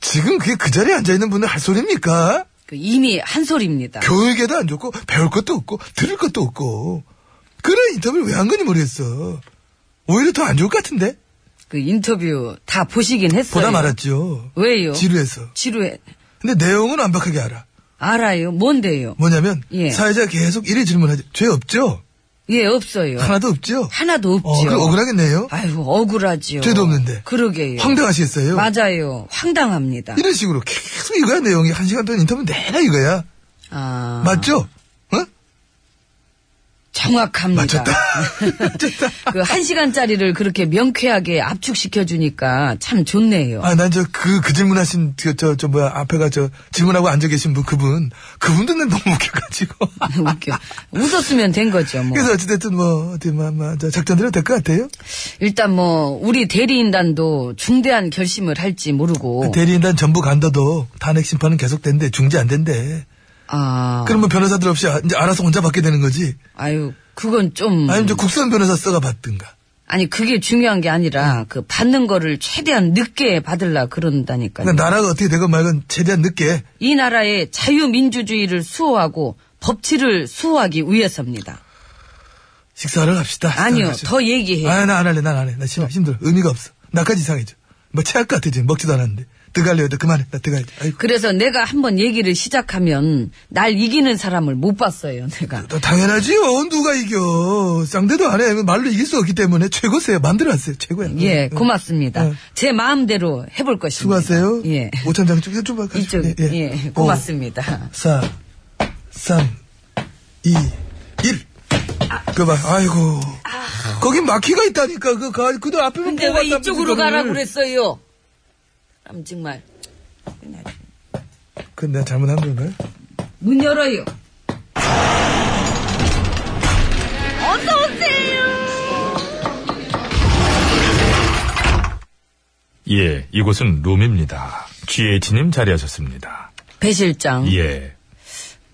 Speaker 8: 지금 그게 그 자리에 앉아 있는 분들 할 소리입니까?
Speaker 2: 그 이미 한 소리입니다.
Speaker 8: 교육에도 안 좋고 배울 것도 없고 들을 것도 없고 그런 인터뷰를 왜 한 건지 모르겠어. 오히려 더 안 좋을 것 같은데
Speaker 2: 그 인터뷰 다 보시긴 했어요.
Speaker 8: 보다 말았죠.
Speaker 2: 네. 왜요?
Speaker 8: 지루해서.
Speaker 2: 지루해.
Speaker 8: 근데 내용은 완벽하게 알아.
Speaker 2: 알아요. 뭔데요?
Speaker 8: 뭐냐면
Speaker 2: 예.
Speaker 8: 사회자가 계속 이래 질문하죠. 죄 없죠?
Speaker 2: 예, 없어요.
Speaker 8: 하나도 없죠?
Speaker 2: 하나도 없죠.
Speaker 8: 어, 그럼 억울하겠네요.
Speaker 2: 아이고, 억울하지요.
Speaker 8: 죄도 없는데.
Speaker 2: 그러게요.
Speaker 8: 황당하시겠어요?
Speaker 2: 맞아요. 황당합니다.
Speaker 8: 이런 식으로 계속 이거야 내용이 한 시간 동안 인터뷰 내내 이거야.
Speaker 2: 아.
Speaker 8: 맞죠? 어?
Speaker 2: 정확합니다. *laughs* 그 한 시간짜리를 그렇게 명쾌하게 압축시켜 주니까 참 좋네요.
Speaker 8: 아, 난 저, 그, 그 질문하신, 저, 저, 저 뭐야, 앞에가 저, 질문하고 앉아 계신 분, 그분. 그분도 난 너무
Speaker 2: *laughs*
Speaker 8: 웃겨가지고.
Speaker 2: *laughs* 웃겨. 웃었으면 된 거죠. 뭐.
Speaker 8: 그래서 어찌됐든 뭐, 어떻게, 뭐, 뭐, 저 작전대로 될 것 같아요.
Speaker 2: 일단 뭐 우리 대리인단도 중대한 결심을 할지 모르고
Speaker 8: 아, 대리인단 전부 간다도 탄핵 심판은 계속 된대, 중지 안 된대.
Speaker 2: 아
Speaker 8: 그럼 뭐 변호사들 없이 아- 이제 알아서 혼자 받게 되는 거지.
Speaker 2: 아유 그건 좀
Speaker 8: 아니면 저 국선 변호사 써가 받든가.
Speaker 2: 아니 그게 중요한 게 아니라 그 받는 거를 최대한 늦게 받으려 그런다니까요.
Speaker 8: 그러니까 나라가 어떻게 되건 말건 최대한 늦게.
Speaker 2: 이 나라의 자유민주주의를 수호하고 법치를 수호하기 위해서입니다.
Speaker 8: 식사하러 갑시다.
Speaker 2: 아니요
Speaker 8: 식사하러
Speaker 2: 더 얘기해.
Speaker 8: 가죠. 아, 나 안 할래, 난 안 해. 나 심해, 힘들어. 의미가 없어. 나까지 이상해져. 뭐 체할 것 같아, 지금. 먹지도 않았는데. 들어갈래요, 나 그만해. 나 들어가야 돼. 아이고.
Speaker 2: 그래서 내가 한번 얘기를 시작하면 날 이기는 사람을 못 봤어요 내가.
Speaker 8: 나 당연하지요. 누가 이겨. 쌍대도 안 해. 그 말로 이길 수 없기 때문에 최고세요. 만들어놨어요. 최고야.
Speaker 2: 예
Speaker 8: 응, 응.
Speaker 2: 고맙습니다.
Speaker 8: 응.
Speaker 2: 제 마음대로 해볼 것입니다.
Speaker 8: 음. 수고하세요.
Speaker 2: 예.
Speaker 8: 오천장 쪽에서 좀 가지고.
Speaker 2: 이쪽 예,
Speaker 8: 어.
Speaker 2: 고맙습니다.
Speaker 8: 4, 3, 2, 1. 그 봐. 아이고. 거기 마키가 있다니까. 그, 가, 그들 앞에
Speaker 2: 근데 왜 이쪽으로 가라고 그랬어요? 그럼 정말
Speaker 8: 그건 내가 잘못한 건가요?
Speaker 2: 문 열어요.
Speaker 1: 예, 이곳은 룸입니다. GH님 자리하셨습니다.
Speaker 2: 배 실장
Speaker 1: 예.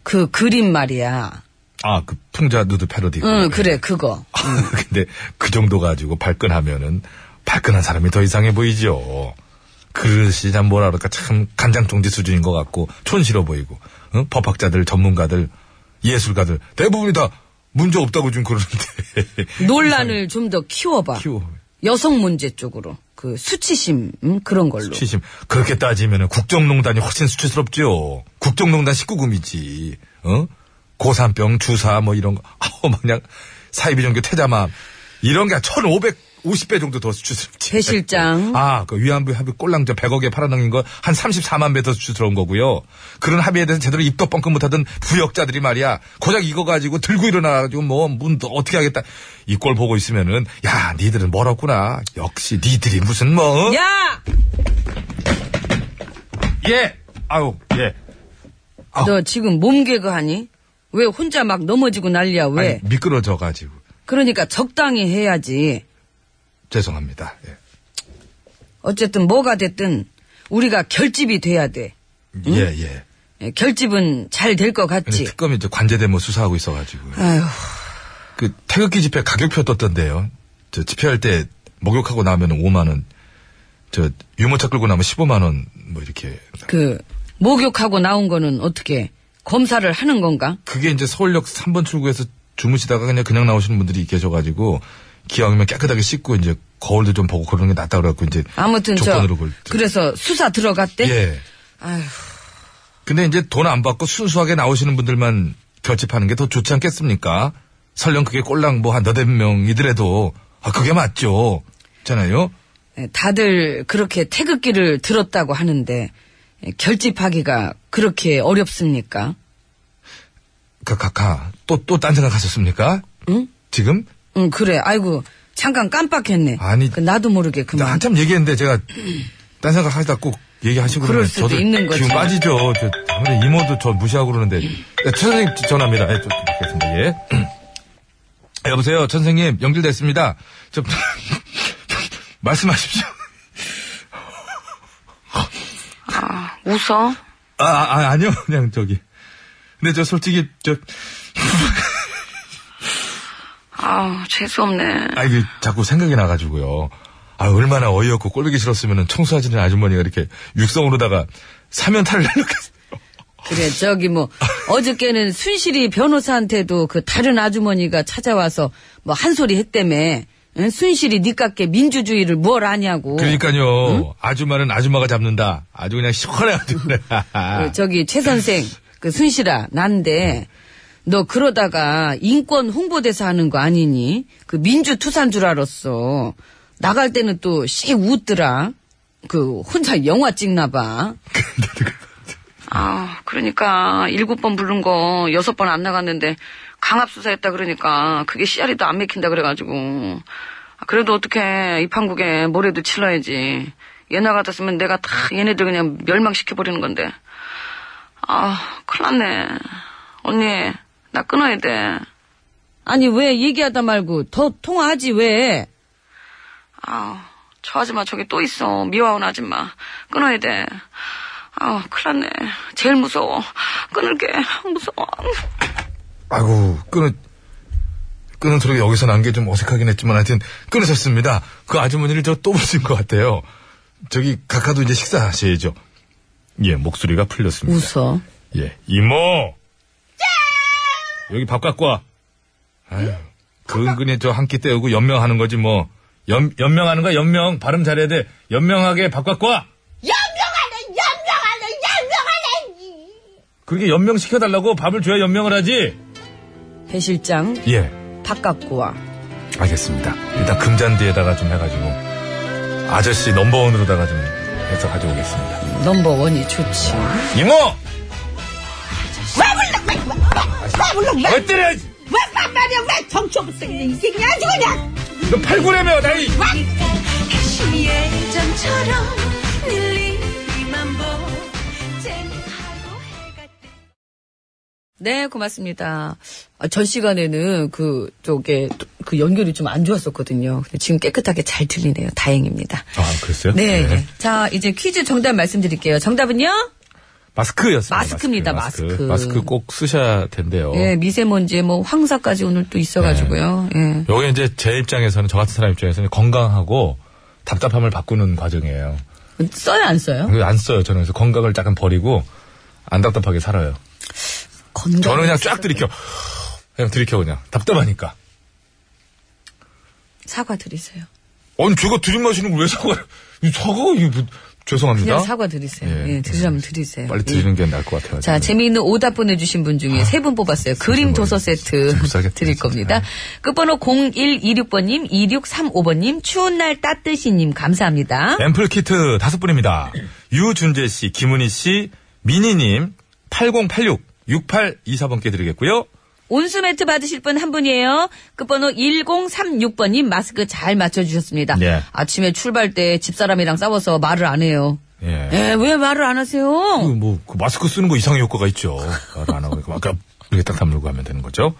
Speaker 2: 그 그림 말이야.
Speaker 1: 아, 그 풍자 누드 패러디.
Speaker 2: 응 그래 그거.
Speaker 1: 아, *laughs* 근데 그 정도 가지고 발끈하면은 발끈한 사람이 더 이상해 보이죠. 그릇이 참 뭐라 그럴까 참 간장종지 수준인 것 같고 촌스러 보이고 응? 법학자들 전문가들 예술가들 대부분이 다 문제 없다고 지금 그러는데 *laughs*
Speaker 2: 논란을 좀 더 *laughs* 키워봐.
Speaker 1: 키워.
Speaker 2: 여성 문제 쪽으로 그 수치심 음, 그런 걸로.
Speaker 1: 취심 그렇게 따지면은 국정농단이 훨씬 수치스럽죠. 국정농단 19금이지. 어? 고산병 주사 뭐 이런 거 *laughs* 아우 막 그냥 사이비 종교 퇴자맘 이런 게 1,550배 정도 더 수치스럽지.
Speaker 2: 배 실장.
Speaker 1: 아, 그 위안부 합의 꼴랑저 100억에 팔아넘긴 거 한 34만 배 더 수치스러운 거고요. 그런 합의에 대해서 제대로 입도 뻥끗 못하던 부역자들이 말이야. 고작 이거 가지고 들고 일어나가지고 뭐, 문 어떻게 하겠다. 이 꼴 보고 있으면은, 야, 니들은 멀었구나. 역시 니들이 무슨 뭐. 어?
Speaker 2: 야,
Speaker 1: 예. 아우, 예. 아.
Speaker 2: 너 지금 몸개그 하니? 왜 혼자 막 넘어지고 난리야 왜?
Speaker 1: 아니, 미끄러져가지고.
Speaker 2: 그러니까 적당히 해야지.
Speaker 1: 죄송합니다. 예.
Speaker 2: 어쨌든 뭐가 됐든 우리가 결집이 돼야 돼.
Speaker 1: 예, 예.
Speaker 2: 예, 결집은 잘 될 것
Speaker 1: 근데
Speaker 2: 같지.
Speaker 1: 특검이 이제 관제대모 수사하고 있어가지고.
Speaker 2: 아휴.
Speaker 1: 그 태극기 집회 가격표 떴던데요. 저 집회할 때 목욕하고 나면 5만원. 저 유모차 끌고 나면 15만원 뭐 이렇게.
Speaker 2: 그 목욕하고 나온 거는 어떻게 검사를 하는 건가?
Speaker 1: 그게 이제 서울역 3번 출구에서 주무시다가 그냥 그냥 나오시는 분들이 계셔가지고 기왕이면 깨끗하게 씻고 이제 거울도 좀 보고 그러는 게 낫다 그래갖고 이제.
Speaker 2: 아무튼 네? 저
Speaker 1: 조건으로 그걸.
Speaker 2: 그래서 수사 들어갔대.
Speaker 1: 예.
Speaker 2: 아휴,
Speaker 1: 근데 이제 돈 안 받고 순수하게 나오시는 분들만 결집하는 게 더 좋지 않겠습니까? 설령 그게 꼴랑 뭐 한 너댓 명이더라도, 아, 그게 맞죠. 잖아요?
Speaker 2: 예, 다들 그렇게 태극기를 들었다고 하는데 예, 결집하기가 그렇게 어렵습니까?
Speaker 1: 가, 가, 가. 또, 또 딴 생각 하셨습니까?
Speaker 2: 응?
Speaker 1: 지금?
Speaker 2: 응 그래. 아이고 잠깐 깜빡했네.
Speaker 1: 아니,
Speaker 2: 그 나도 모르게
Speaker 1: 나
Speaker 2: 그만.
Speaker 1: 한참 얘기했는데 제가 딴 생각 하시다 꼭 얘기하시고
Speaker 2: 그럴
Speaker 1: 그러면
Speaker 2: 수도
Speaker 1: 저도
Speaker 2: 있는 거지.
Speaker 1: 기운 빠지죠. 저, 아무래도 이모도 저 무시하고 그러는데. 네, 천 선생님 전화입니다. 예, 좀 받겠습니다. 예. *clears throat* 여보세요. 천 선생님, 연결됐습니다. 좀, *laughs* 말씀하십시오.
Speaker 6: 아, 웃어?
Speaker 1: 아, 아, 아니요. 그냥 저기. 근데 저 솔직히, 저,
Speaker 6: 아, 재수없네.
Speaker 1: 아, 이게 자꾸 생각이 나가지고요. 아, 얼마나 어이없고 꼴보기 싫었으면 청소하시는 아주머니가 이렇게 육성으로다가 사면탈을 내놓겠어.
Speaker 2: 그래
Speaker 1: *laughs*
Speaker 2: 저기 뭐 어저께는 순실이 변호사한테도 그 다른 아주머니가 찾아와서 뭐 한 소리 했다며 응? 순실이 니깎게 민주주의를 뭘 아냐고
Speaker 1: 그러니까요. 아줌마는 아줌마가 잡는다. 아주 그냥 시원해가지고 그래. 네.
Speaker 2: 그 저기 최 선생 그 순실아 난데 너 그러다가 인권 홍보대사 하는 거 아니니 그 민주 투산 줄 알았어 나갈 때는 또 씩 웃더라 그 혼자 영화 찍나 봐
Speaker 6: 아, 그러니까 일곱 번 부른 거 여섯 번 안 나갔는데
Speaker 2: 강압수사했다 그러니까 그게 씨알이도 안 맥힌다 그래가지고 아, 그래도 어떻게 이 판국에 모래도 칠러야지 얘나 같았으면 내가 다 얘네들 그냥 멸망시켜버리는 건데 아 큰일 났네 언니 나 끊어야 돼 아니 왜 얘기하다 말고 더 통화하지 왜 아우, 저 아줌마 저기 또 있어. 미화원 아줌마. 끊어야 돼. 아우, 어. 큰일 났네. 제일 무서워. 끊을게. *laughs* 무서워.
Speaker 1: 아이고, 끊어, 끊은 소리가 여기서 난 게 좀 어색하긴 했지만 하여튼 끊으셨습니다. 그 아주머니를 저 또 보신 것 같아요. 저기, 각하도 이제 식사하셔야죠. 예, 목소리가 풀렸습니다.
Speaker 2: 웃어.
Speaker 1: 예, 이모! 여기 밥 갖고 와. 아유, 그 은근히 저 한 끼 때우고 연명하는 거지 뭐. 연, 연명하는 거야, 연명. 발음 잘해야 돼. 연명하게 밥 갖고 와! 연명하래, 연명하래, 연명하래! 그게 연명시켜달라고 밥을 줘야 연명을 하지?
Speaker 2: 배 실장,
Speaker 1: 예.
Speaker 2: 밥 갖고 와.
Speaker 1: 알겠습니다. 일단 금잔디에다가 좀 해가지고 아저씨 넘버원으로다가 좀 해서 가져오겠습니다.
Speaker 2: 넘버원이 좋지.
Speaker 1: 이모! 왜 불러? 왜 불러? 왜 때려?
Speaker 3: 왜밥 말이야 왜 정치 없어 그냥 이게 그냥 아주 그냥
Speaker 1: 너 팔구래며 나이.
Speaker 3: 예전처럼 늘리기만 보쟁하고 해가 뜨
Speaker 2: 네, 고맙습니다. 아, 전 시간에는 그, 쪽에, 그 연결이 좀 안 좋았었거든요. 근데 지금 깨끗하게 잘 들리네요. 다행입니다.
Speaker 1: 아 글쎄요.
Speaker 2: 네, 예. 자, 이제 퀴즈 정답 말씀드릴게요. 정답은요?
Speaker 1: 마스크였습니다.
Speaker 2: 마스크입니다, 마스크.
Speaker 1: 마스크. 마스크 꼭 쓰셔야 된대요.
Speaker 2: 예, 미세먼지에 뭐 황사까지 오늘 또 있어가지고요. 예.
Speaker 1: 요게 이제 제 입장에서는 저 같은 사람 입장에서는 건강하고 답답함을 바꾸는 과정이에요.
Speaker 2: 예. 써요, 안 써요?
Speaker 1: 안 써요. 저는 그래서 건강을 약간 버리고 안 답답하게 살아요.
Speaker 2: 건강.
Speaker 1: 저는 그냥 쫙 들이켜. 그냥 들이켜 그냥 답답하니까.
Speaker 2: 사과 드리세요.
Speaker 1: 아니, 제가 들이마시는 걸 왜 사과를, 이 사과가, 이게 뭐, 죄송합니다.
Speaker 2: 그냥 사과 드리세요.
Speaker 1: 예,
Speaker 2: 예, 드리라면 드리세요.
Speaker 1: 빨리
Speaker 2: 예.
Speaker 1: 드리는 게 나을 것 같아요.
Speaker 2: 자, 재미있는 오답 보내주신 분 중에 세 분 뽑았어요. 그림 도서 세트
Speaker 1: 비싸겠다, 진짜. 예.
Speaker 2: 드릴 겁니다. 끝번호 0126번님, 2635번님, 추운 날 따뜻이님, 감사합니다.
Speaker 1: 앰플 키트 다섯 분입니다. 유준재 씨, 김은희 씨, 미니님, 8086, 6824번께 드리겠고요.
Speaker 2: 온수 매트 받으실 분 한 분이에요. 끝번호 1036번님, 마스크 잘 맞춰주셨습니다.
Speaker 1: 예.
Speaker 2: 아침에 출발 때 집사람이랑 싸워서 말을 안 해요.
Speaker 1: 예.
Speaker 2: 에, 왜 말을 안
Speaker 1: 그
Speaker 2: 하세요?
Speaker 1: 뭐, 그 마스크 쓰는 거 이상의 효과가 있죠. 말을 안 하고, 아까 이렇게 딱 다물고 하면 되는 거죠.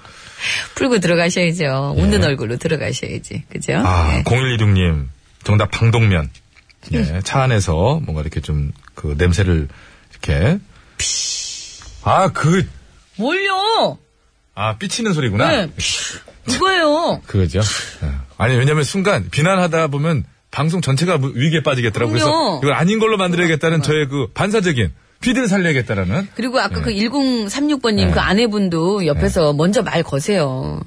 Speaker 2: 풀고 들어가셔야죠. 웃는 얼굴로 들어가셔야지. 그죠?
Speaker 1: 예. 아,
Speaker 2: 예.
Speaker 1: 0126님, 정답 방독면. 예, 차 안에서 뭔가 이렇게 좀, 그 냄새를, 이렇게. 아, 그,
Speaker 2: 뭘요?
Speaker 1: 아, 삐치는 소리구나.
Speaker 2: 네. 이거예요.
Speaker 1: 그거죠. 예. 아니, 왜냐면 순간 비난하다 보면 방송 전체가 무- 위기에 빠지겠더라고요. 그래서
Speaker 2: 그럼요.
Speaker 1: 이걸 아닌 걸로 만들어야겠다는 저의 그 반사적인 피드를 살려야겠다라는.
Speaker 2: 그리고 아까 그 1036번님
Speaker 1: 예.
Speaker 2: 그 아내분도 옆에서 먼저 말 거세요.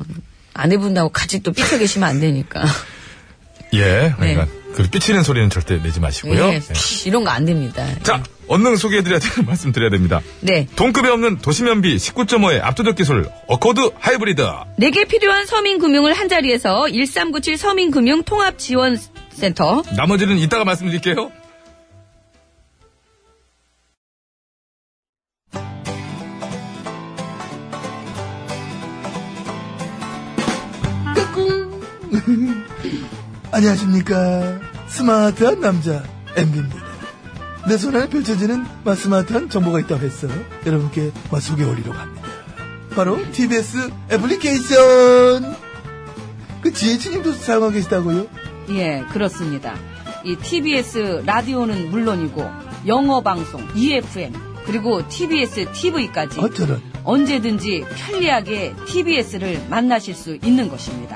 Speaker 2: 아내분하고 같이 또 삐쳐 계시면 안 되니까.
Speaker 1: 예. 그러니까 그 삐치는 소리는 절대 내지 마시고요.
Speaker 2: 예,
Speaker 1: 예.
Speaker 2: 이런 거 안 됩니다.
Speaker 1: 자, 언능 소개해드려야 되는 *laughs* 말씀 드려야 됩니다.
Speaker 2: 네.
Speaker 1: 동급에 없는 도시면비 19.5의 압도적 기술 어코드 하이브리드.
Speaker 2: 내게 필요한 서민금융을 한 자리에서 1397 서민금융 통합지원센터.
Speaker 1: 나머지는 이따가 말씀드릴게요.
Speaker 8: 안녕하십니까. 스마트한 남자, MB입니다. 내 손안에 펼쳐지는 마, 스마트한 정보가 있다고 해서 여러분께 마, 소개해드리려고 합니다. 바로 TBS 애플리케이션! 그 지혜진님도 사용하고 계시다고요?
Speaker 3: 예, 그렇습니다. 이 TBS 라디오는 물론이고 영어 방송, EFM, 그리고 TBS TV까지
Speaker 8: 어쩌면
Speaker 3: 언제든지 편리하게 TBS를 만나실 수 있는 것입니다.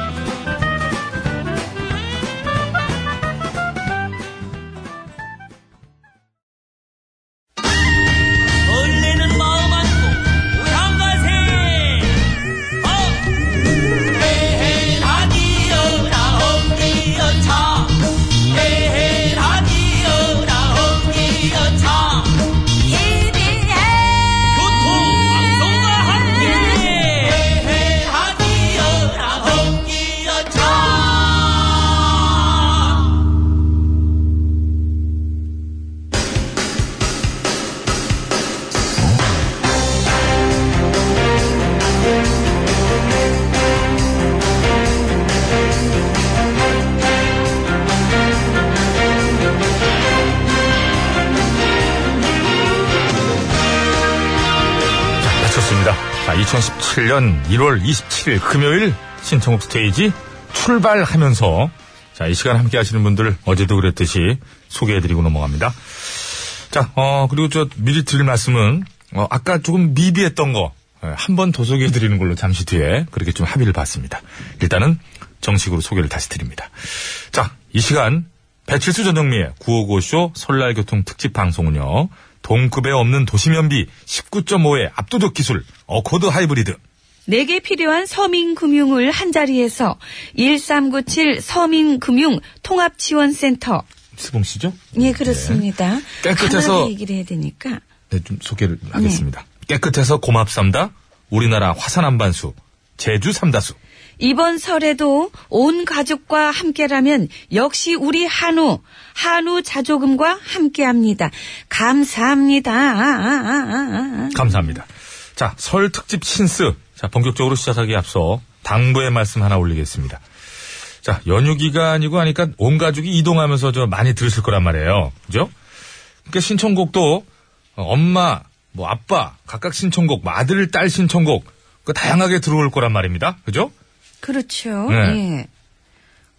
Speaker 3: 교통
Speaker 1: 자, 2017년 1월 27일 금요일 신청곡 스테이지 출발하면서 자, 이 시간 함께 하시는 분들 어제도 그랬듯이 소개해드리고 넘어갑니다. 자, 어, 그리고 저 미리 드릴 말씀은 어, 아까 조금 미비했던 거 예, 한 번 더 소개해드리는 걸로 잠시 뒤에 그렇게 좀 합의를 봤습니다. 일단은 정식으로 소개를 다시 드립니다. 자, 이 시간 배칠수 전정미의 955쇼 설날 교통 특집 방송은요. 동급에 없는 도시면비 19.5의 압도적 기술 어코드 하이브리드
Speaker 2: 내게 필요한 서민금융을 한자리에서 1397 서민금융 통합지원센터.
Speaker 1: 스봉 씨죠?
Speaker 2: 예, 그렇습니다.
Speaker 1: 깨끗해서-
Speaker 2: 강하게 얘기를 해야 되니까.
Speaker 1: 네, 좀 소개를 하겠습니다. 깨끗해서 고맙삼다. 우리나라 화산 한반수 제주 삼다수
Speaker 2: 이번 설에도 온 가족과 함께라면 역시 우리 한우, 한우 자조금과 함께합니다. 감사합니다.
Speaker 1: 감사합니다. 자, 설 특집 신스. 자, 본격적으로 시작하기에 앞서 당부의 말씀 하나 올리겠습니다. 자, 연휴 기간이고 하니까 온 가족이 이동하면서 저 많이 들으실 거란 말이에요. 그죠? 그러니까 신청곡도 어, 엄마, 뭐 아빠, 각각 신청곡, 뭐 아들, 딸 신청곡, 그 다양하게 들어올 거란 말입니다. 그죠?
Speaker 2: 그렇죠.
Speaker 1: 네.
Speaker 2: 예.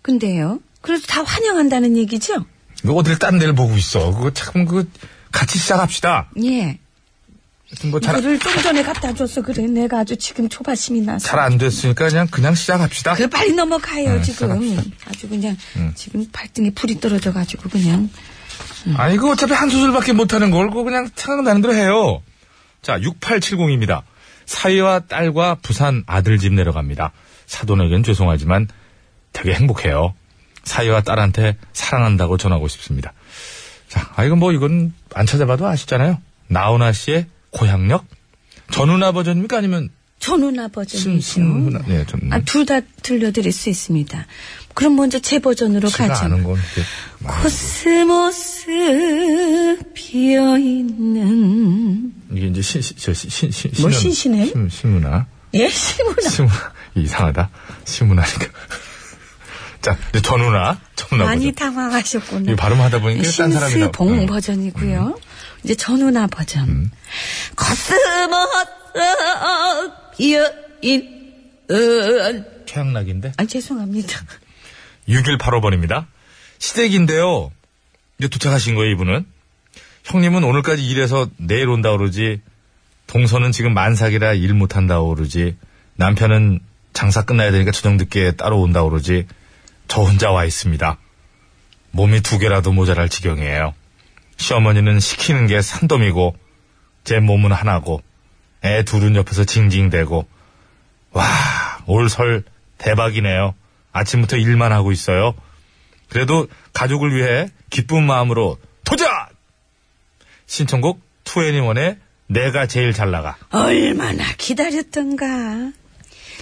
Speaker 2: 근데요. 그래도 다 환영한다는 얘기죠?
Speaker 1: 이거 어딜 딴 데를 보고 있어. 그거 참, 그 같이 시작합시다.
Speaker 2: 예.
Speaker 1: 하여튼 뭐 잘,
Speaker 2: 이거를 좀 전에 갖다 줬어. 그래. 내가 아주 지금 초바심이 나서.
Speaker 1: 잘 안 됐으니까 그냥, 그냥 시작합시다.
Speaker 2: 그 빨리 넘어가요,
Speaker 1: 네,
Speaker 2: 지금.
Speaker 1: 시작합시다.
Speaker 2: 아주 그냥
Speaker 1: 음.
Speaker 2: 지금 발등에 불이 떨어져가지고 그냥.
Speaker 1: 아니, 그 어차피 한 소절밖에 못하는 걸, 그 그냥 생각나는 대로 해요. 자, 6870입니다. 사위와 딸과 부산 아들 집 내려갑니다. 사돈에겐 죄송하지만 되게 행복해요. 사위와 딸한테 사랑한다고 전하고 싶습니다. 자, 아, 이건 뭐, 이건 안 찾아봐도 아시잖아요. 나훈아 씨의 고향역? 전훈아 버전입니까? 아니면
Speaker 2: 전우나
Speaker 1: 신,
Speaker 2: 버전이죠.
Speaker 1: 신훈아? 네, 전
Speaker 2: 아, 둘 다 들려드릴 수 있습니다. 그럼 먼저 제 버전으로
Speaker 1: 제가
Speaker 2: 가죠.
Speaker 1: 아는 건. 이렇게 많이-
Speaker 2: 코스모스 피어있는
Speaker 1: 이게 이제 신, 신, 저 신, 신, 신,
Speaker 2: 뭐
Speaker 1: 신현-
Speaker 2: 신신해요?
Speaker 1: 신, 신문아.
Speaker 2: 예, 시구나.
Speaker 1: 신문 이상하다. 신문하니까. 자, 이제 전우나 전우나
Speaker 2: 많이
Speaker 1: 보죠.
Speaker 2: 당황하셨구나. 네,
Speaker 1: 이 발음하다 보니까 딴 사람이다. 음. 네.
Speaker 2: 신스봉
Speaker 1: 응.
Speaker 2: 버전이고요. 이제 전우나 버전.
Speaker 1: 음.
Speaker 2: 코스모스 피어있는
Speaker 1: 최악락인데.
Speaker 2: 아, 죄송합니다.
Speaker 1: 6185번입니다. 시댁인데요. 이제 도착하신 거예요, 이분은. 형님은 오늘까지 일해서 내일 온다 그러지. 동서는 지금 만삭이라 일 못한다 그러지. 남편은 장사 끝나야 되니까 저녁 늦게 따로 온다 그러지. 저 혼자 와 있습니다. 몸이 두 개라도 모자랄 지경이에요. 시어머니는 시키는 게 산더미고, 제 몸은 하나고, 애 둘은 옆에서 징징대고, 와, 올 설 대박이네요. 아침부터 일만 하고 있어요. 그래도 가족을 위해 기쁜 마음으로 도전! 신청곡 2NE1의 내가 제일 잘 나가.
Speaker 2: 얼마나 기다렸던가.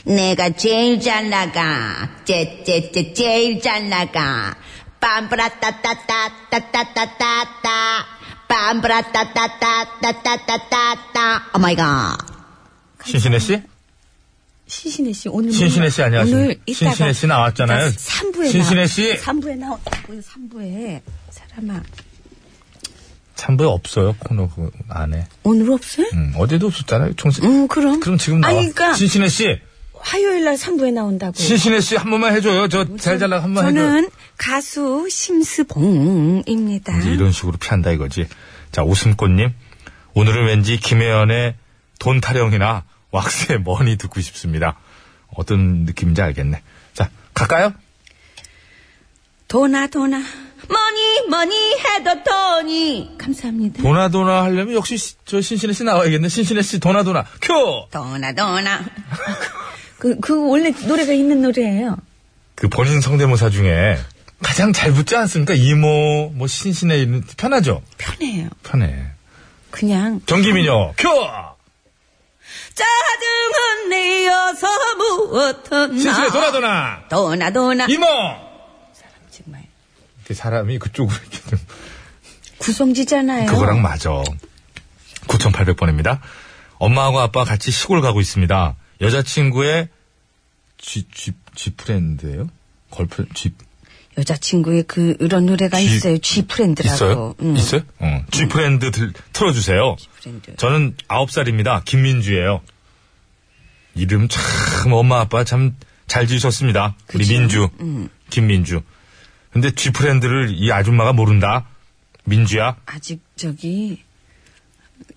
Speaker 3: 내가 제일 잘 나가. 째째째 제일 잘 나가. 빰브라따따따따따따따따. 빰브라따따따따따따따. 오 마이 갓.
Speaker 1: 신신혜 씨?
Speaker 2: 신신혜 씨 오늘 뭐
Speaker 1: 신신혜 씨 안녕하십니까?
Speaker 2: 오늘 이따가
Speaker 1: 신신혜 씨 나왔잖아요.
Speaker 2: 3부에
Speaker 1: 신신혜 씨.
Speaker 2: 3부에 나온다고요. 3부에 사람아
Speaker 1: 참부에 없어요, 코너 그 안에.
Speaker 2: 오늘 없어요?
Speaker 1: 음, 어제도 없었잖아요, 총선.
Speaker 2: 음 그럼
Speaker 1: 그럼 지금 나와.
Speaker 2: 아니 그러니까
Speaker 1: 신신혜 씨!
Speaker 2: 화요일 날 3부에 나온다고.
Speaker 1: 신신혜 씨 한 번만 해줘요. 저 잘 잘 나가 한 번 해줘요.
Speaker 2: 저는 가수 심스봉입니다.
Speaker 1: 이제 이런 식으로 피한다 이거지. 자, 웃음꽃님. 오늘은 왠지 김혜연의 돈 타령이나 왁스의 머니 듣고 싶습니다. 어떤 느낌인지 알겠네. 자, 갈까요?
Speaker 2: 도나 도나 뭐니 뭐니 해도 돈이 감사합니다.
Speaker 1: 도나도나 하려면 역시 시- 저 신신혜 씨 나와야겠네. 신신혜 씨 도나도나. 큐!
Speaker 2: 도나
Speaker 1: *laughs*
Speaker 2: 도나 그 그 원래 노래가 있는 노래예요.
Speaker 1: 그 본인 성대모사 중에 가장 잘 붙지 않습니까? 이모, 뭐 신신혜 이런 편하죠?
Speaker 2: 편해요.
Speaker 1: 편해.
Speaker 2: 그냥
Speaker 1: 정기민요. 큐!
Speaker 2: 짜증은 내어서
Speaker 1: 신신혜
Speaker 2: 무엇었나
Speaker 1: 도나도나.
Speaker 2: 도나 도나
Speaker 1: 이모!
Speaker 2: 정말
Speaker 1: 이렇게 사람이 그쪽으로 이렇게 좀
Speaker 2: 구성지잖아요.
Speaker 1: 그거랑 맞아. 9800번입니다. 엄마하고 아빠 같이 시골 가고 있습니다. 여자친구의 쥐, 쥐, 쥐 프렌드예요? 걸프, 쥐,
Speaker 2: 여자친구의 그 이런 노래가
Speaker 1: 쥐-
Speaker 2: 있어요. G 프렌드라고. 음.
Speaker 1: 있어요? 있어요? 어, 쥐 프렌드 들, 틀어주세요.
Speaker 2: G프렌드.
Speaker 1: 저는 9살입니다. 김민주예요. 이름 참 엄마 아빠 참 잘 지으셨습니다. 우리 민주,
Speaker 2: 음.
Speaker 1: 김민주. 근데 G프렌드를 이 아줌마가 모른다. 민주야.
Speaker 2: 아직 저기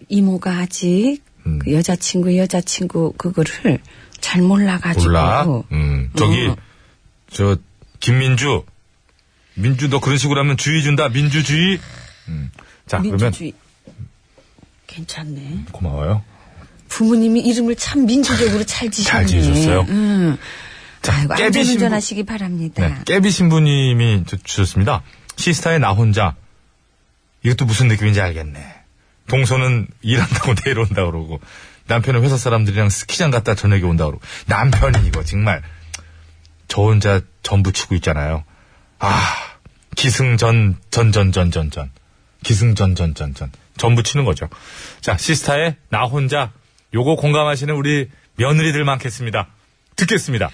Speaker 2: 이모가 아직
Speaker 1: 음.
Speaker 2: 그 여자친구 여자친구 그거를 잘 몰라가지고
Speaker 1: 몰라.
Speaker 2: 어.
Speaker 1: 음, 저기 저 김민주, 민주 너 그런 식으로 하면 주의 준다. 민주주의. 음. 자 그러면
Speaker 2: 민주주의 괜찮네.
Speaker 1: 고마워요.
Speaker 2: 부모님이 이름을 참 민주적으로 잘 지셨네.
Speaker 1: 잘 지으셨어요.
Speaker 2: 음.
Speaker 1: 자,
Speaker 2: 아이고
Speaker 1: 깨비 신부.
Speaker 2: 안전운전하시기 바랍니다.
Speaker 1: 네, 깨비 신부님이 저- 주셨습니다. 시스타의 나 혼자. 이것도 무슨 느낌인지 알겠네. 동서는 일한다고 *laughs* 내려온다 그러고 남편은 회사 사람들이랑 스키장 갔다 저녁에 온다 그러고 남편이 이거 정말 저 혼자 전부 치고 있잖아요. 아 기승전 전전전전전 기승전전전전 전부 치는 거죠. 자 시스타의 나 혼자 요거 공감하시는 우리 며느리들 많겠습니다. 듣겠습니다.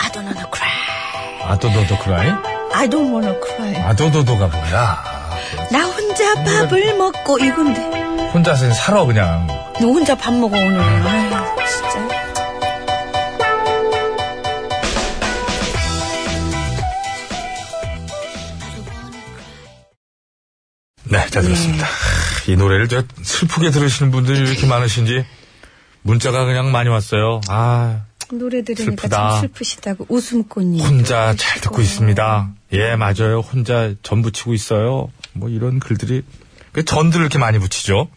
Speaker 2: I don't wanna cry.
Speaker 1: 아도도도 크라이?
Speaker 2: I don't wanna cry.
Speaker 1: 아도도도가 뭐야?
Speaker 2: 나 혼자
Speaker 1: 네.
Speaker 2: 밥을 먹고 이건데.
Speaker 1: 혼자서 그냥 살아 그냥.
Speaker 2: 너 혼자 밥 먹어 오늘. 아유 진짜.
Speaker 1: 네, 잘 들었습니다. 하, 이 노래를 저 슬프게 들으시는 분들이 왜 이렇게 많으신지 문자가 그냥 많이 왔어요. 아,
Speaker 2: 노래 들으니까
Speaker 1: 슬프다.
Speaker 2: 참 슬프시다고 웃음꽃님.
Speaker 1: 혼자 잘 듣고 있습니다. 예, 맞아요. 혼자 전 붙이고 있어요. 뭐 이런 글들이 그 전들을 이렇게 많이 붙이죠.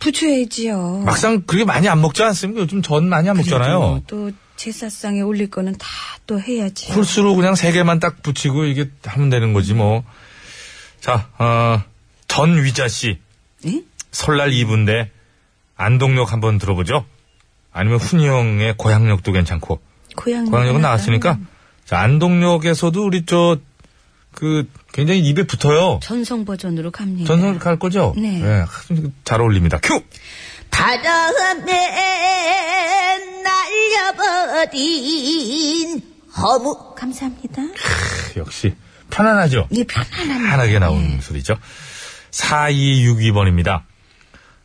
Speaker 2: 부추해지요.
Speaker 1: 막상 그렇게 많이 안 먹지 않습니까? 요즘 전 많이 안 먹잖아요.
Speaker 2: 또 제사상에 올릴 거는 다 또 해야지.
Speaker 1: 콜수로 그냥 세 개만 딱 붙이고 이게 하면 되는 거지 뭐. 자, 어, 전위자 씨.
Speaker 2: 예?
Speaker 1: 설날 2부인데 안동역 한번 들어보죠. 아니면 훈이 형의 고향역도 괜찮고.
Speaker 2: 고향
Speaker 1: 고향역은 나왔으니까. 자, 안동역에서도 우리 저, 그, 굉장히 입에 붙어요.
Speaker 2: 전성 버전으로 갑니다.
Speaker 1: 전선을 갈 거죠?
Speaker 2: 네.
Speaker 1: 예, 아주 잘 어울립니다. 큐!
Speaker 9: 바람에 날려버린 허무
Speaker 2: 감사합니다.
Speaker 1: 크, 역시. 편안하죠?
Speaker 2: 네 편안한
Speaker 1: 편하게
Speaker 2: 네.
Speaker 1: 나오는 소리죠. 4262번입니다.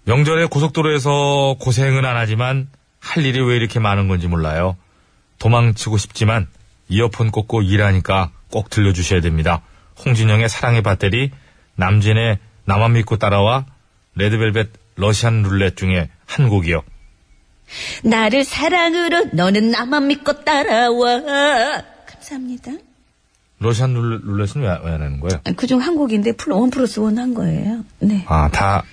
Speaker 1: 명절에 고속도로에서 고생은 안 하지만 할 일이 왜 이렇게 많은 건지 몰라요. 도망치고 싶지만 이어폰 꽂고 일하니까 꼭 들려주셔야 됩니다. 홍진영의 사랑의 배터리, 남진의 나만 믿고 따라와, 레드벨벳 러시안 룰렛 중에 한 곡이요.
Speaker 5: 나를 사랑으로 너는 나만 믿고 따라와.
Speaker 2: 감사합니다.
Speaker 1: 러시안 룰- 룰렛은 왜, 안 하는 거예요?
Speaker 2: 아, 그중 한 곡인데 플러 원 플러스 원 한 거예요. 네.
Speaker 1: 아, 다,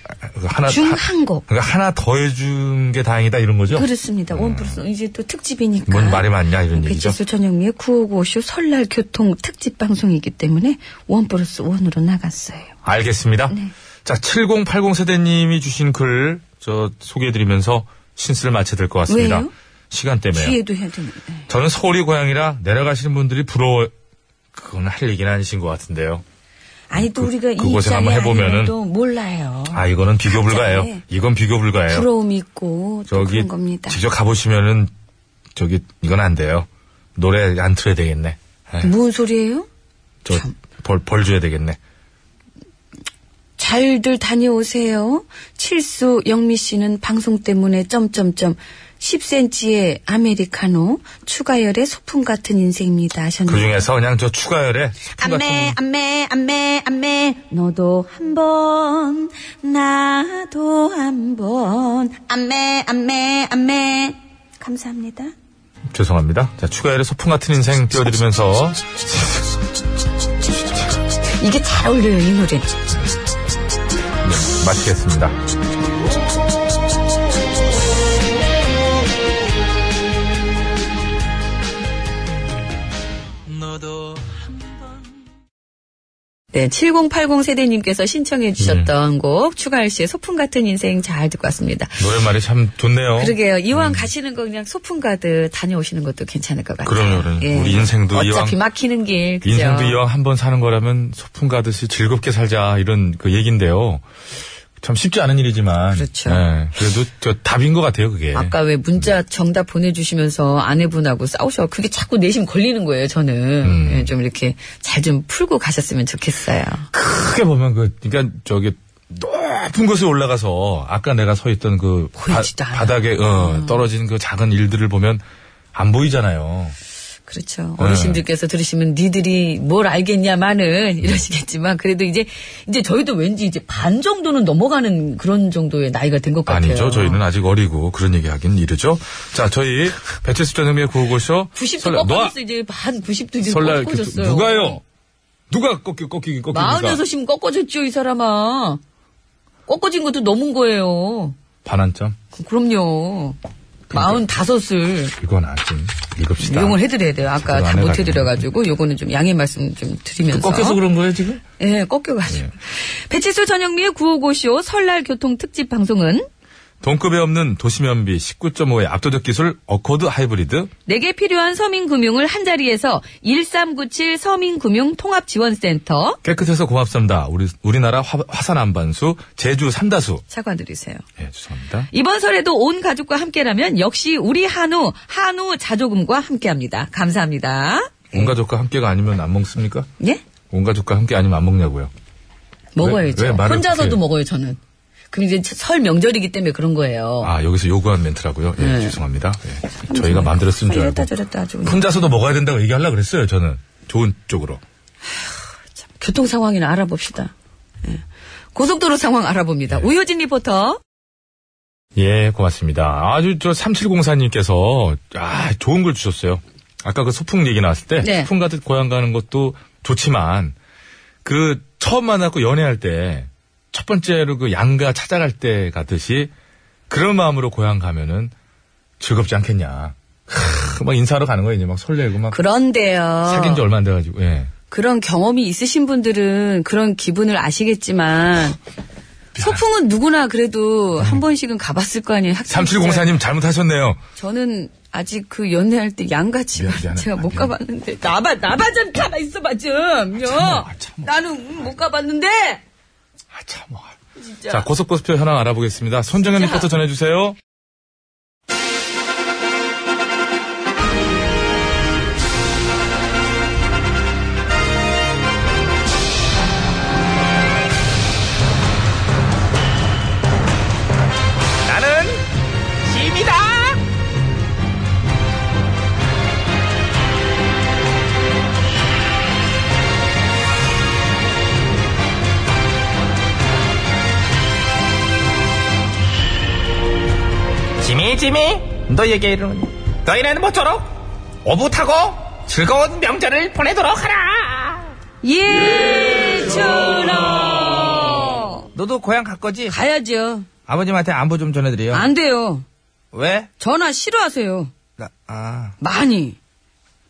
Speaker 1: 하나,
Speaker 2: 중
Speaker 1: 하-
Speaker 2: 한 곡.
Speaker 1: 그러니까 하나 더 해준 게 다행이다 이런 거죠?
Speaker 2: 그렇습니다. 원 플러스 원. 이제 또 특집이니까.
Speaker 1: 음. 뭔 말이 많냐 이런 얘기죠?
Speaker 2: 배치수 전영미의 9595쇼 설날 교통 특집 방송이기 때문에 원 플러스 원으로 나갔어요.
Speaker 1: 알겠습니다.
Speaker 2: 네.
Speaker 1: 자, 7080 세대님이 주신 글, 저, 소개해드리면서 신스를 마쳐야 될 것 같습니다.
Speaker 2: 왜요?
Speaker 1: 시간 때문에요.
Speaker 2: 뒤에도 해야 되는데.
Speaker 1: 저는 서울이 고향이라 내려가시는 분들이 부러워, 그건 할 얘기는 아니신 것 같은데요.
Speaker 2: 아니 또
Speaker 1: 그-
Speaker 2: 우리가 이
Speaker 1: 그곳에
Speaker 2: 자리에
Speaker 1: 한번 해보면은-
Speaker 2: 아니면 또 몰라요.
Speaker 1: 아, 이거는 비교 불가예요.
Speaker 2: 네.
Speaker 1: 이건 비교 불가예요.
Speaker 2: 부러움이 있고 또
Speaker 1: 저기,
Speaker 2: 그런 겁니다.
Speaker 1: 직접 가보시면은, 저기, 이건 안 돼요. 노래 안 틀어야 되겠네. 에,
Speaker 2: 뭔 소리예요?
Speaker 1: 저, 벌, 벌 줘야 되겠네.
Speaker 2: 잘들 다녀오세요. 칠수 영미 씨는 방송 때문에 점점점 10cm의 아메리카노 추가열의 소품 같은 인생입니다 하셨네요.
Speaker 1: 그 중에서 그냥 저 추가열에.
Speaker 2: 안매 안매 안매 안매 너도 한번 나도 한번 안매 안매 안매 감사합니다.
Speaker 1: 죄송합니다. 자, 추가열의 소풍 같은 인생 띄워드리면서
Speaker 2: 이게 잘 어울려요 이 노래.
Speaker 1: 마치겠습니다.
Speaker 2: 네, 7080 세대님께서 신청해 주셨던
Speaker 1: 음.
Speaker 2: 곡 추가열 씨의 소풍 같은 인생 잘 듣고 왔습니다.
Speaker 1: 노랫말이 참 좋네요.
Speaker 2: 그러게요.
Speaker 1: 음.
Speaker 2: 이왕 가시는 거 그냥 소풍 가듯 다녀오시는 것도 괜찮을 것 같아요. 예.
Speaker 1: 그럼요, 그럼요. 우리 인생도
Speaker 2: 어차피
Speaker 1: 이왕-
Speaker 2: 막히는 길. 그죠?
Speaker 1: 인생도 이왕 한 번 사는 거라면 소풍 가듯이 즐겁게 살자 이런 그 얘긴데요. 참 쉽지 않은 일이지만
Speaker 2: 그렇죠.
Speaker 1: 예, 그래도 저 답인 것 같아요 그게.
Speaker 5: 아까 왜
Speaker 1: 음.
Speaker 5: 문자 정답 보내주시면서 아내분하고 싸우셔. 그게 자꾸 내심 걸리는 거예요, 저는.
Speaker 1: 음.
Speaker 5: 예, 좀 이렇게 잘 좀 풀고 가셨으면 좋겠어요.
Speaker 1: 크게 보면 그 그러니까 저기 높은 곳에 올라가서 아까 내가 서 있던 그 바,
Speaker 2: 보이지도 음. 않아.
Speaker 1: 닥에 떨어진 그 작은 일들을 보면 안 보이잖아요.
Speaker 2: 그렇죠.
Speaker 1: 네.
Speaker 2: 어르신들께서 들으시면 니들이 뭘 알겠냐마는 이러시겠지만 그래도 이제 이제 저희도 왠지 이제 반 정도는 넘어가는 그런 정도의 나이가 된 것 같아요.
Speaker 1: 아니죠. 저희는 아직 어리고 그런 얘기 하긴 이르죠. 자, 저희 배철수 전형미의 구호고쇼
Speaker 2: 90도
Speaker 1: 설날- 너
Speaker 2: 꺾어졌어 이제 반 90도 이제
Speaker 1: 설날
Speaker 2: 꺾어졌어요.
Speaker 1: 교통- 누가요? 그러니까. 누가 꺾이 꺾이긴 꺾입니까?
Speaker 2: 46이면 꺾어졌죠 이 사람아. 꺾어진 것도 넘은 거예요.
Speaker 1: 반환점
Speaker 2: 그럼요. 45을
Speaker 1: 이건 아직 읽읍시다.
Speaker 2: 이용을 해드려야 돼요. 아까
Speaker 1: 제대로
Speaker 2: 다
Speaker 1: 안 해가지고.
Speaker 2: 못 해드려가지고 요거는 좀 양해 말씀 좀 드리면서.
Speaker 1: 꺾여서 그런 거예요 지금?
Speaker 2: 예, 꺾여가지고.
Speaker 1: 네.
Speaker 2: 배치수 전영미의 955쇼 설날 교통 특집 방송은
Speaker 1: 동급에 없는 도시면비 19.5의 압도적 기술 어코드 하이브리드
Speaker 2: 내게 필요한 서민금융을 한자리에서 1397 서민금융통합지원센터
Speaker 1: 깨끗해서 고맙습니다. 우리 우리나라 화, 산 안반수 제주 삼다수
Speaker 2: 사과드리세요.
Speaker 1: 예 죄송합니다.
Speaker 2: 이번 설에도 온 가족과 함께라면 역시 우리 한우, 한우 자조금과 함께합니다. 감사합니다.
Speaker 1: 온 가족과 함께가 아니면 안 먹습니까?
Speaker 2: 예?
Speaker 1: 온 가족과 함께 아니면 안 먹냐고요.
Speaker 2: 먹어야죠.
Speaker 1: 왜 말을
Speaker 2: 혼자서도
Speaker 1: 그렇게-
Speaker 2: 먹어요, 저는. 그럼 이제 설 명절이기 때문에 그런 거예요.
Speaker 1: 아 여기서 요구한 멘트라고요? 예 죄송합니다. 예, 저희가 만들어 쓴
Speaker 2: 네. 아,
Speaker 1: 줄 알고
Speaker 2: 이랬다 저랬다 아주 그냥.
Speaker 1: 혼자서도 먹어야 된다고 얘기하려고 그랬어요. 저는 좋은 쪽으로.
Speaker 2: 교통 상황이나 알아봅시다. 예. 고속도로 상황
Speaker 1: 네.
Speaker 2: 알아봅니다. 우효진 리포터.
Speaker 1: 예, 고맙습니다. 아주 저 3704님께서 아, 좋은 걸 주셨어요. 아까 그 소풍 얘기 나왔을 때
Speaker 2: 네.
Speaker 1: 소풍 가듯 고향 가는 것도 좋지만 그 처음 만나고 연애할 때 첫 번째로 그 양가 찾아갈 때 가듯이 그런 마음으로 고향 가면은 즐겁지 않겠냐. 크, 막 인사하러 가는 거예요. 이제 막 설레고 막
Speaker 2: 그런데요.
Speaker 1: 사귄 지 얼마 안 돼 가지고. 예.
Speaker 2: 그런 경험이 있으신 분들은 그런
Speaker 1: *laughs*
Speaker 2: 기분을 아시겠지만 소풍은 누구나
Speaker 1: 음.
Speaker 2: 그래도 한 번씩은 가봤을 거 아니에요. 학생 시절.
Speaker 1: 3704님 잘못하셨네요.
Speaker 2: 저는 아직 그 연애할 때 양가지만
Speaker 1: 미안, 미안해.
Speaker 2: *laughs* 제가
Speaker 1: 아,
Speaker 2: 못
Speaker 1: 미안.
Speaker 2: 가봤는데 나봐 나봐 좀 가만 있어봐 좀요. 나는 음, 못 가봤는데
Speaker 1: 아, 참. 아.
Speaker 2: 진짜.
Speaker 1: 자, 고속고속표 현황 알아보겠습니다. 손정현 리포터 전해주세요.
Speaker 5: 나는 짐이다. 짐이 짐이 너희에게 이르노니 너희는 모쪼록 오붓하고 즐거운 명절을 보내도록 하라.
Speaker 1: 예.
Speaker 2: 예준아
Speaker 5: 너도 고향 갈 거지?
Speaker 2: 가야죠.
Speaker 5: 아버님한테 안부 좀 전해드려.
Speaker 2: 안 돼요.
Speaker 5: 왜?
Speaker 2: 전화 싫어하세요.
Speaker 5: 나, 아.
Speaker 2: 많이.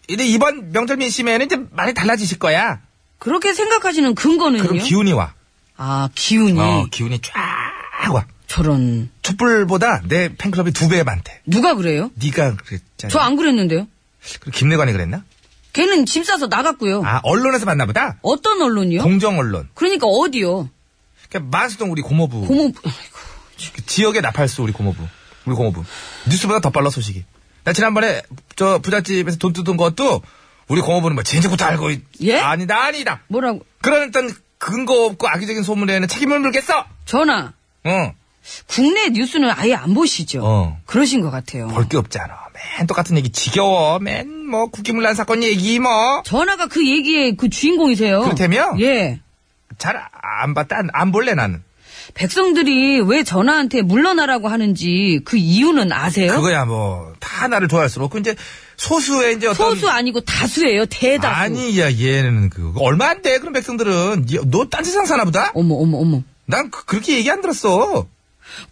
Speaker 5: 근데 이번 명절 민심에는 이제 많이 달라지실 거야.
Speaker 2: 그렇게 생각하시는 근거는요?
Speaker 5: 그럼 기운이 와.
Speaker 2: 아, 기운이.
Speaker 5: 어, 기운이 쫙 와.
Speaker 2: 저런.
Speaker 5: 촛불보다 내 팬클럽이 두 배 많대.
Speaker 2: 누가 그래요?
Speaker 5: 네가 그랬잖아.
Speaker 2: 저 안 그랬는데요.
Speaker 5: 그리고 김내관이 그랬나?
Speaker 2: 걔는 짐 싸서 나갔고요.
Speaker 5: 아, 언론에서 만나 보다?
Speaker 2: 어떤 언론이요?
Speaker 5: 공정 언론.
Speaker 2: 그러니까 어디요?
Speaker 5: 그러니까 만수동 우리 고모부.
Speaker 2: 고모,
Speaker 5: 그 지역의 나팔수 우리 고모부. 우리 고모부. 뉴스보다 더 빨라 소식이. 나 지난번에 저 부잣집에서 돈 뜯은 것도 우리 고모부는 뭐 진짜부터 알고 있...
Speaker 2: 예?
Speaker 5: 아니다 아니다.
Speaker 2: 뭐라고,
Speaker 5: 그런 일단 근거 없고 악의적인 소문에는 책임을 물겠어.
Speaker 2: 전화.
Speaker 5: 응.
Speaker 2: 국내 뉴스는 아예 안 보시죠?
Speaker 5: 어.
Speaker 2: 그러신 것 같아요.
Speaker 5: 볼 게 없잖아. 맨 똑같은 얘기 지겨워. 맨 뭐 국기문란 사건 얘기 뭐.
Speaker 2: 전화가 그 얘기의 그 주인공이세요.
Speaker 5: 그렇다며?
Speaker 2: 예.
Speaker 5: 잘 안 봤다. 안, 안 볼래 나는.
Speaker 2: 백성들이 왜 전화한테 물러나라고 하는지 그 이유는 아세요?
Speaker 5: 그거야 뭐 다 나를 좋아할 수는 없고 이제 소수의 이제 어떤
Speaker 2: 소수 아니고 다수예요. 대다수.
Speaker 5: 아니야 얘는 그거 얼마 안 돼 그런 백성들은 너딴 세상 사나 보다.
Speaker 2: 어머, 어머, 어머.
Speaker 5: 난 그, 렇게 얘기 안 들었어.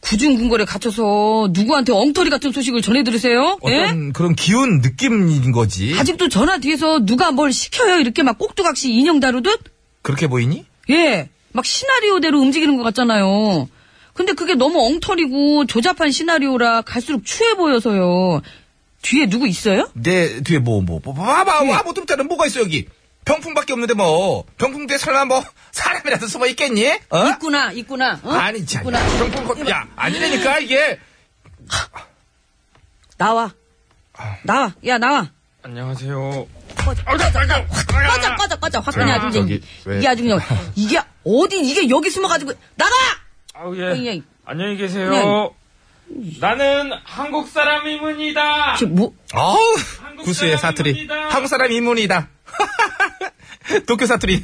Speaker 2: 구중궁궐에 갇혀서 누구한테 엉터리 같은 소식을 전해 들으세요? 예?
Speaker 5: 어떤 그런 기운 느낌인 거지.
Speaker 2: 아직도 전화 뒤에서 누가 뭘 시켜요? 이렇게 막 꼭두각시 인형 다루듯?
Speaker 5: 그렇게 보이니?
Speaker 2: 예. 막 시나리오대로 움직이는 것 같잖아요. 근데 그게 너무 엉터리고 조잡한 시나리오라 갈수록 추해 보여서요. 뒤에 누구 있어요?
Speaker 5: 내 뒤에 뭐 뭐 뭐, 봐봐 와보통자는 뭐가 있어 여기 병풍밖에 없는데 뭐 병풍 뒤에 설마 뭐 사람이라도 숨어 있겠니? 어?
Speaker 2: 있구나, 있구나. 어?
Speaker 5: 아니 참
Speaker 2: 있구나.
Speaker 5: 병풍 거- 야 아니라니까 이게
Speaker 2: 나와. 나와. 야, 나와.
Speaker 10: 안녕하세요. 어,
Speaker 2: 꺼져, 꺼져, 꺼져. 확 그냥 아주
Speaker 1: 저기,
Speaker 2: 그냥
Speaker 1: 왜-
Speaker 2: 이게 아주 그냥 이게 어디 이게 여기 숨어가지고 나가!
Speaker 7: 아우,
Speaker 2: 예,
Speaker 7: 예.
Speaker 2: 예.
Speaker 7: 안녕히 계세요. 나는 한국 사람이문이다.
Speaker 2: 저, 뭐,
Speaker 5: 아우,
Speaker 7: 한국
Speaker 5: 구수의
Speaker 7: 사람
Speaker 5: 사투리.
Speaker 7: 이문이다.
Speaker 5: 한국 사람 이문이다. *laughs* 도쿄 사투리.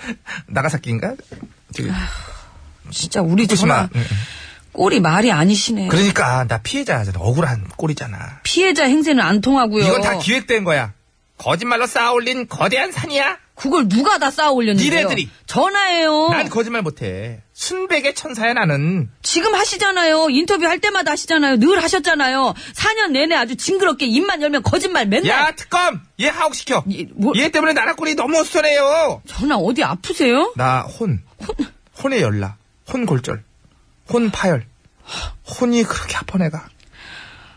Speaker 5: *laughs* 나가사키인가? 저기,
Speaker 2: 아, 진짜 우리 전화
Speaker 5: 후쿠시마.
Speaker 2: 꼴이 말이 아니시네.
Speaker 5: 그러니까, 나 피해자잖아. 억울한 꼴이잖아.
Speaker 2: 피해자 행세는 안 통하고요.
Speaker 5: 이건 다 기획된 거야. 거짓말로 쌓아올린 거대한 산이야.
Speaker 2: 그걸 누가 다 쌓아 올렸는데요?
Speaker 5: 니네들이.
Speaker 2: 전화해요.
Speaker 5: 난 거짓말 못해. 순백의 천사야, 나는.
Speaker 2: 지금 하시잖아요. 인터뷰 할 때마다 하시잖아요. 늘 하셨잖아요. 4년 내내 아주 징그럽게 입만 열면 거짓말 맨날.
Speaker 5: 야, 특검! 얘 하옥시켜.
Speaker 2: 네. 이, 뭐-
Speaker 5: 얘 때문에 나라 꼴이 너무 수선해요.
Speaker 2: 전화 어디 아프세요?
Speaker 5: 나 혼. 혼의 연락. 혼골절. 혼파열. 혼이 그렇게 아파, 내가.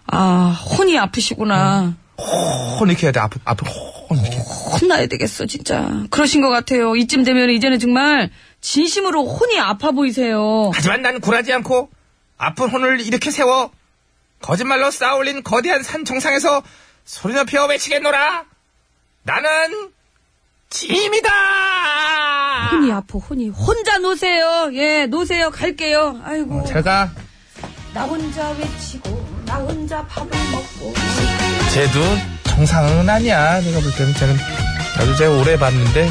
Speaker 2: 아, 혼이 아프시구나.
Speaker 5: 혼 이렇게 해야 돼. 앞, 앞으로 혼 이렇게.
Speaker 2: 어. 혼나야 되겠어, 진짜. 그러신 것 같아요. 이쯤 되면 이제는 정말 진심으로 혼이 아파 보이세요.
Speaker 5: 하지만 난 굴하지 않고 아픈 혼을 이렇게 세워 거짓말로 쌓아올린 거대한 산 정상에서 소리 높여 외치겠노라. 나는 짐이다.
Speaker 2: 혼이 아파, 혼이. 혼자 노세요. 예, 노세요. 갈게요. 아이고.
Speaker 5: 제가
Speaker 2: 나 혼자 외치고, 나 혼자 밥을 먹고.
Speaker 5: 쟤도 정상은 아니야. 내가 볼 때는 쟤는 나도 쟤 오래 봤는데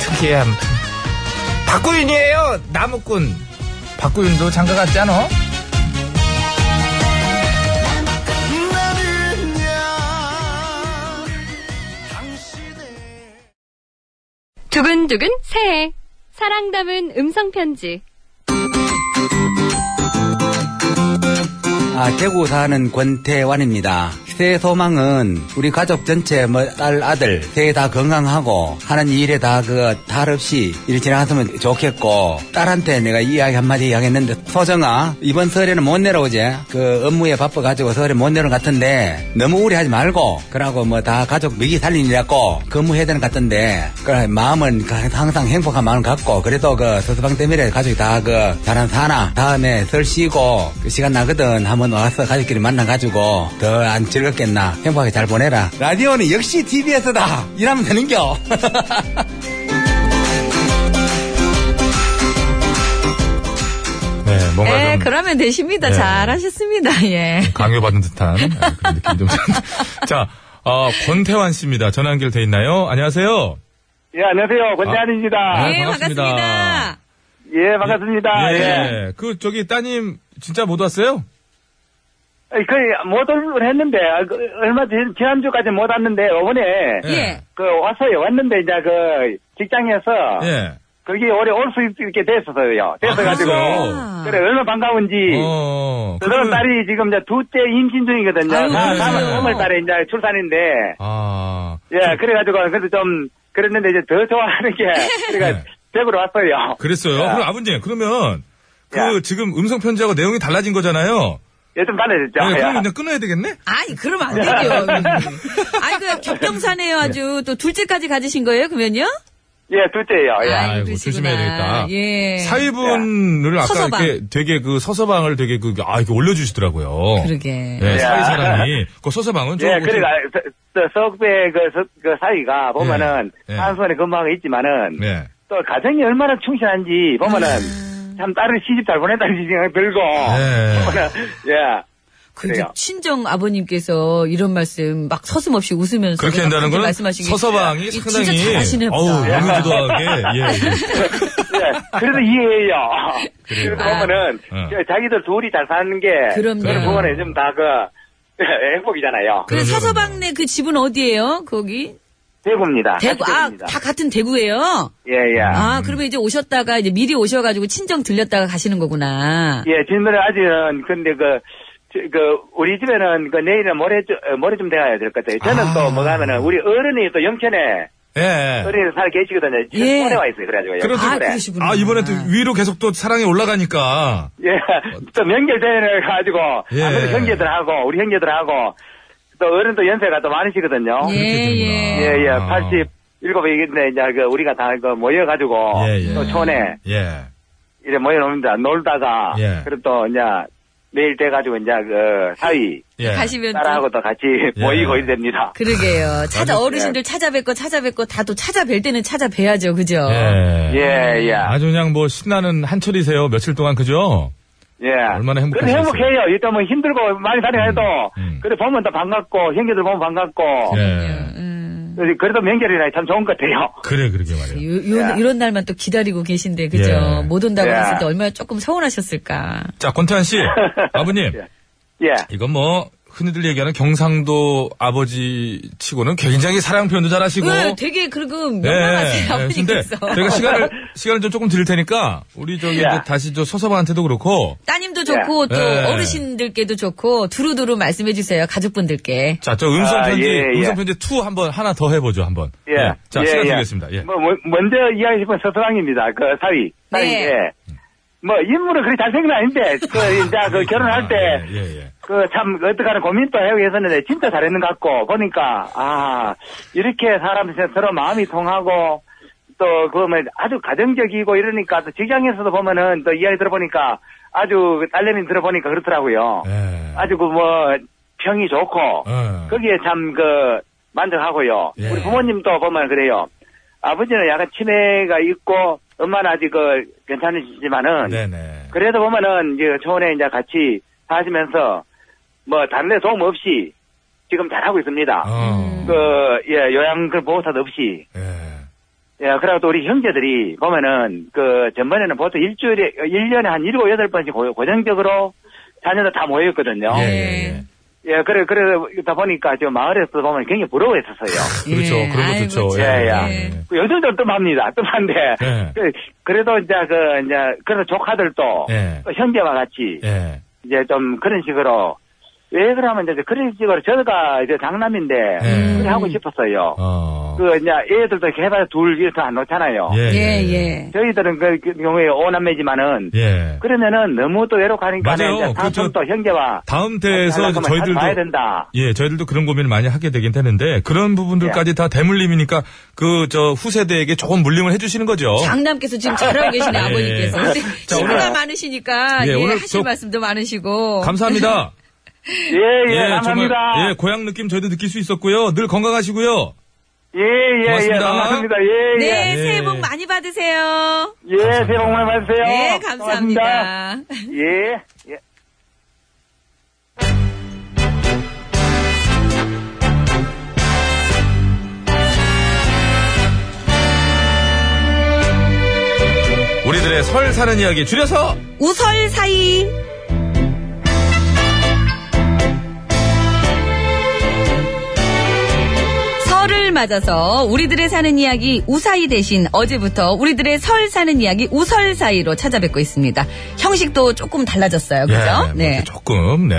Speaker 5: 특이해 아무튼. 박구윤이에요. 나무꾼. 박구윤도 장가 갔지 않아?
Speaker 11: 두근두근 새해 사랑 담은 음성 편지
Speaker 12: 아, 대구 사는 권태환입니다. 새해 소망은 우리 가족 전체, 뭐, 딸, 아들, 새해 다 건강하고, 하는 일에 다, 그, 탈 없이 일 지나갔으면 좋겠고, 딸한테 내가 이야기 한마디 이야기했는데, 소정아, 이번 설에는 못 내려오지? 그, 업무에 바빠가지고 설에 못 내려온 것 같은데, 너무 우려하지 말고, 그러고 뭐, 다 가족 미기 살리느라고, 근무해야 되는 것 같은데, 그래, 마음은 가- 항상 행복한 마음을 갖고, 그래도 그, 서서방 때문에 가족이 다, 그, 잘한 사나, 다음에 설 쉬고, 그 시간 나거든. 한번 와서 가족끼리 만나가지고, 더 안 즐겁겠나. 행복하게 잘 보내라. 라디오는 역시 TBS다! 이러면 되는겨. *laughs*
Speaker 1: 네, 뭔가
Speaker 2: 예,
Speaker 1: 좀
Speaker 2: 그러면 되십니다. 잘하셨습니다. 예.
Speaker 1: 강요받은 듯한 아, 그런 느낌이 좀. *laughs* 자, 어, 권태환 씨입니다. 전화 연결돼 있나요? 안녕하세요.
Speaker 13: 예, 안녕하세요. 권대한입니다.
Speaker 1: 아,
Speaker 2: 예,
Speaker 1: 반갑습니다.
Speaker 2: 반갑습니다.
Speaker 13: 예, 반갑습니다.
Speaker 1: 예.
Speaker 13: 예.
Speaker 1: 그 저기 따님 진짜 못 왔어요?
Speaker 13: 아니, 거의 못 올뻔 했는데, 아, 그, 얼마 전, 지난주까지 못 왔는데, 요번에,
Speaker 2: 예.
Speaker 13: 그, 왔어요. 왔는데, 이제 그, 직장에서,
Speaker 1: 예.
Speaker 13: 거기 올해 올 수 있게 됐었어요. 됐어가지고.
Speaker 1: 아, 그랬어요?
Speaker 2: 아,
Speaker 13: 그래, 얼마나 반가운지.
Speaker 1: 어.
Speaker 13: 그런
Speaker 1: 그러면-
Speaker 13: 딸이 지금 이제 두째 임신 중이거든요.
Speaker 2: 아유,
Speaker 13: 다음, 다음
Speaker 1: 예.
Speaker 13: 3월달에 이제 출산인데,
Speaker 1: 아.
Speaker 13: 예, 그래가지고, 그래도 좀, 그랬는데, 이제 더 좋아하는 게,
Speaker 1: 예.
Speaker 13: 제가 대구로 왔어요.
Speaker 1: 그랬어요.
Speaker 13: 예.
Speaker 1: 그럼 아버님 그러면 그
Speaker 13: 야.
Speaker 1: 지금 음성 편지하고 내용이 달라진 거잖아요.
Speaker 13: 예, 좀
Speaker 1: 네,
Speaker 13: 달라졌죠. 예.
Speaker 1: 그럼 이제 끊어야 되겠네?
Speaker 2: 아니, 그러면 안
Speaker 1: *laughs*
Speaker 2: 되죠. 아이, 그, 격정사네요, 아주. 또 둘째까지 가지신 거예요, 그러면요?
Speaker 13: 예, 둘째예요. 예.
Speaker 2: 네, 아이,
Speaker 1: 아이고,
Speaker 2: 그러시구나.
Speaker 1: 조심해야 되겠다.
Speaker 2: 예.
Speaker 1: 사위분을 아까
Speaker 2: 서서방.
Speaker 1: 이렇게 되게 그 서서방을 되게 그, 아, 이렇게 올려주시더라고요.
Speaker 2: 그러게.
Speaker 1: 예,
Speaker 13: 야.
Speaker 1: 사위 사람이. 그 서서방은 좀.
Speaker 13: 예,
Speaker 1: 어떻게- 네.
Speaker 13: 그러니까 저, 저 서구의 그, 서- 그 사이가 보면은
Speaker 1: 예, 예.
Speaker 13: 한 손에 근무하고 있지만은
Speaker 1: 네.
Speaker 13: 또 가정이 얼마나 충실한지 보면은
Speaker 1: 아.
Speaker 13: 참 딸을 시집 잘 보냈다는 *laughs* 생각이 들고
Speaker 1: 예.
Speaker 13: 보면은, 예.
Speaker 2: 근데
Speaker 13: 그래요.
Speaker 2: 친정 아버님께서 이런 말씀 막 서슴없이 웃으면서
Speaker 1: 그렇게 한다는
Speaker 2: 걸
Speaker 1: 거는
Speaker 2: 말씀하시기
Speaker 1: 서서방이
Speaker 2: 진짜
Speaker 1: 상당히
Speaker 2: 잘하시네 보다.
Speaker 1: 어우 예. 영유도하게 예, 예.
Speaker 13: 예. 그래도 이해해요. 그래서
Speaker 2: 아.
Speaker 13: 보면은
Speaker 1: 어.
Speaker 13: 저- 자기들 둘이 잘 사는 게
Speaker 2: 그럼요.
Speaker 13: 그걸 보면은 요즘 다그 *laughs* 행복이잖아요.
Speaker 2: 그래
Speaker 1: 그럼요,
Speaker 2: 서서방 네 그 집은 어디예요? 거기
Speaker 13: 대구입니다.
Speaker 2: 대구
Speaker 13: 같이
Speaker 2: 아
Speaker 13: 대구입니다.
Speaker 2: 다 같은 대구예요.
Speaker 13: 예, 예.
Speaker 1: 음.
Speaker 2: 아 그러면 이제 오셨다가 이제 미리 오셔가지고 친정 들렸다가 가시는 거구나.
Speaker 13: 예, 질문을 아직은, 근데 그, 저, 그, 우리 집에는 그 내일은 모레, 좀- 어, 모레 좀 돼야 될 것 같아요. 저는
Speaker 1: 아.
Speaker 13: 또 뭐가 하면은, 우리 어른이 또 영천에,
Speaker 1: 예.
Speaker 13: 어른이 살아 계시거든요. 지금
Speaker 2: 예.
Speaker 13: 오래 와 있어요. 그래가지고요.
Speaker 1: 그래도-
Speaker 2: 아
Speaker 13: 그래.
Speaker 2: 그러시구나.
Speaker 1: 아 이번에 또 위로 계속 또 사랑이 올라가니까
Speaker 13: *laughs* 예, 또 명절대회를 가지고,
Speaker 1: 예.
Speaker 13: 아무래도 형제들하고, 우리 형제들하고, 또 어른도 연세가 또 많으시거든요.
Speaker 2: 예, 예.
Speaker 13: 예, 예,
Speaker 1: 아.
Speaker 13: 87이긴데, 이제 그, 우리가 다 그 모여가지고,
Speaker 1: 예, 예.
Speaker 13: 또 촌에,
Speaker 1: 예.
Speaker 13: 이래 모여놓는다 놀다가
Speaker 1: 예.
Speaker 13: 그리고 또 이제 내일 돼가지고 이제 그 사위
Speaker 2: 예. 가시면 또-
Speaker 13: 딸하고도 같이
Speaker 2: 예.
Speaker 13: 모이고 이됩니다.
Speaker 2: 그러게요. 찾아
Speaker 13: 아주-
Speaker 2: 어르신들 찾아뵙고 찾아뵙고 다 또 찾아뵐 때는 찾아뵈야죠, 그죠?
Speaker 13: 예, 예.
Speaker 1: 아주 그냥 뭐 신나는 한철이세요. 며칠 동안 그죠?
Speaker 13: 예.
Speaker 1: 얼마나
Speaker 13: 그래
Speaker 1: 행복하시겠어요.
Speaker 13: 행복해요. 일단 뭐 힘들고 많이 다녀해도
Speaker 1: 음,
Speaker 13: 그래 보면 다 반갑고 형제들 보면 반갑고
Speaker 1: 예.
Speaker 13: 그래- 그래도 명절이라 참 좋은 것 같아요.
Speaker 1: 그래 그러게 말이에요.
Speaker 2: 음. 요, 요- 이런 날만 또 기다리고 계신데 그죠?
Speaker 1: 예.
Speaker 2: 못 온다고
Speaker 1: 예.
Speaker 2: 했을 때 얼마나 조금 서운하셨을까.
Speaker 1: 자, 권태환
Speaker 13: *laughs*
Speaker 1: 씨, 아버님.
Speaker 13: 예.
Speaker 1: 이건 뭐, 흔히들 얘기하는 경상도 아버지 치고는 굉장히 사랑 표현도 잘하시고.
Speaker 2: 네, 되게 그리고
Speaker 1: 예,
Speaker 2: 명랑하세요
Speaker 1: 예, 근데
Speaker 2: 아버님께서.
Speaker 1: 저희가
Speaker 13: *laughs*
Speaker 1: 시간을, 시간을 좀 조금 드릴 테니까, 우리 저기
Speaker 13: 예.
Speaker 1: 이제 다시 저 서서방한테도 그렇고.
Speaker 2: *laughs* 따님도 좋고 또
Speaker 1: 예.
Speaker 2: 어르신들께도 좋고 두루두루 말씀해 주세요 가족분들께.
Speaker 1: 자, 저 음성편지,
Speaker 13: 아, 예, 예.
Speaker 1: 음성편지 2 한번, 하나 더 해보죠, 한번.
Speaker 13: 예.
Speaker 1: 자,
Speaker 13: 예,
Speaker 1: 시간
Speaker 13: 예.
Speaker 1: 드리겠습니다. 예.
Speaker 13: 뭐, 뭐, 먼저 이야기 싶은 서서방입니다. 그 사위. 사위.
Speaker 2: 네.
Speaker 13: 예. 뭐, 인물은 그리 잘생긴 건 아닌데, 그, 이제 그
Speaker 1: 아,
Speaker 13: 결혼할 때,
Speaker 1: 예,
Speaker 13: 그 참, 어떡하나 고민도 하고 했었는데, 진짜 잘했는 것 같고, 보니까, 아, 이렇게 사람 서로 마음이 통하고, 또, 그러면 아주 가정적이고 이러니까, 또 직장에서도 보면은, 또 이야기 들어보니까, 아주 그 딸내미 들어보니까 그렇더라고요.
Speaker 1: 네. 예.
Speaker 13: 아주 그 뭐, 평이 좋고, 거기에 참, 그, 만족하고요. 우리 부모님도 보면 그래요. 아버지는 약간 치매가 있고, 엄마는 아직 그, 괜찮으시지만은,
Speaker 1: 네.
Speaker 13: 그래도 보면은, 이제 초원에 이제 같이 사시면서, 뭐, 다른 데 도움 없이, 지금 잘하고 있습니다.
Speaker 1: 아. 어,
Speaker 2: 음.
Speaker 13: 그, 예, 요양 그 보호사도 없이. 예, 그리고 또 우리 형제들이 보면은, 그, 전번에는 보통 일주일에, 어, 일년에한 일곱, 여덟 번씩 고- 고정적으로 자녀들 다 모였거든요.
Speaker 1: 아,
Speaker 13: 예, 그래, 그러다 보니까 저 마을에서 보면 굉장히 부러워했었어요.
Speaker 1: 그렇죠. 그런 거 좋죠.
Speaker 13: 예, 예. 그 요즘도 뜸합니다. 뜸한데.
Speaker 1: 예.
Speaker 13: 그, 그래도 이제 그, 이제, 그래서 조카들도,
Speaker 1: 예.
Speaker 13: 또 형제와 같이,
Speaker 1: 예.
Speaker 13: 이제 좀 그런 식으로, 왜 그러면 이제 그런 식으로 저가 이제 장남인데,
Speaker 1: 예.
Speaker 13: 그래 하고 싶었어요. 그, 이제 애들도 개발 둘 이렇게 안 놓잖아요.
Speaker 2: 예,
Speaker 13: 저희들은 그 경우에 오남매지만은,
Speaker 1: 예.
Speaker 13: 그러면은 너무 또 외롭하니까,
Speaker 1: 맞아요.
Speaker 13: 이제
Speaker 1: 그 저-
Speaker 13: 다음 또 형제와,
Speaker 1: 다음 대에서
Speaker 13: 연락하면
Speaker 1: 저희들도
Speaker 13: 봐야 된다.
Speaker 1: 예, 저희들도 그런 고민을 많이 하게 되긴 되는데 그런 부분들까지 다 대물림이니까 그 저 후세대에게 조금 물림을 해주시는 거죠.
Speaker 2: 장남께서 지금 잘하고 계시네
Speaker 1: 예.
Speaker 2: 아버님께서. 근데
Speaker 1: 자,
Speaker 2: 친구가
Speaker 1: 오늘-
Speaker 2: 많으시니까
Speaker 1: 예,
Speaker 2: 예,
Speaker 1: 오늘
Speaker 2: 하실
Speaker 1: 저-
Speaker 2: 말씀도 많으시고.
Speaker 1: *laughs* 감사합니다.
Speaker 13: 예, 예, 감사합니다.
Speaker 1: 정말, 예, 고향 느낌 저희도 느낄 수 있었고요. 늘 건강하시고요.
Speaker 13: 예, 예,
Speaker 1: 고맙습니다.
Speaker 13: 예, 반갑습니다. 예, 예.
Speaker 2: 네, 새해 복 많이 받으세요.
Speaker 13: 예, 새해 복 많이 받으세요.
Speaker 2: 네, 감사합니다.
Speaker 13: 예, 예.
Speaker 1: 우리들의 설 사는 이야기 줄여서
Speaker 2: 우설 사이. 설을 맞아서 우리들의 사는 이야기 우사이 대신 어제부터 우리들의 설 사는 이야기 우설 사이로 찾아뵙고 있습니다. 형식도 조금 달라졌어요. 그죠?
Speaker 1: 예, 뭐
Speaker 2: 네.
Speaker 1: 조금 네.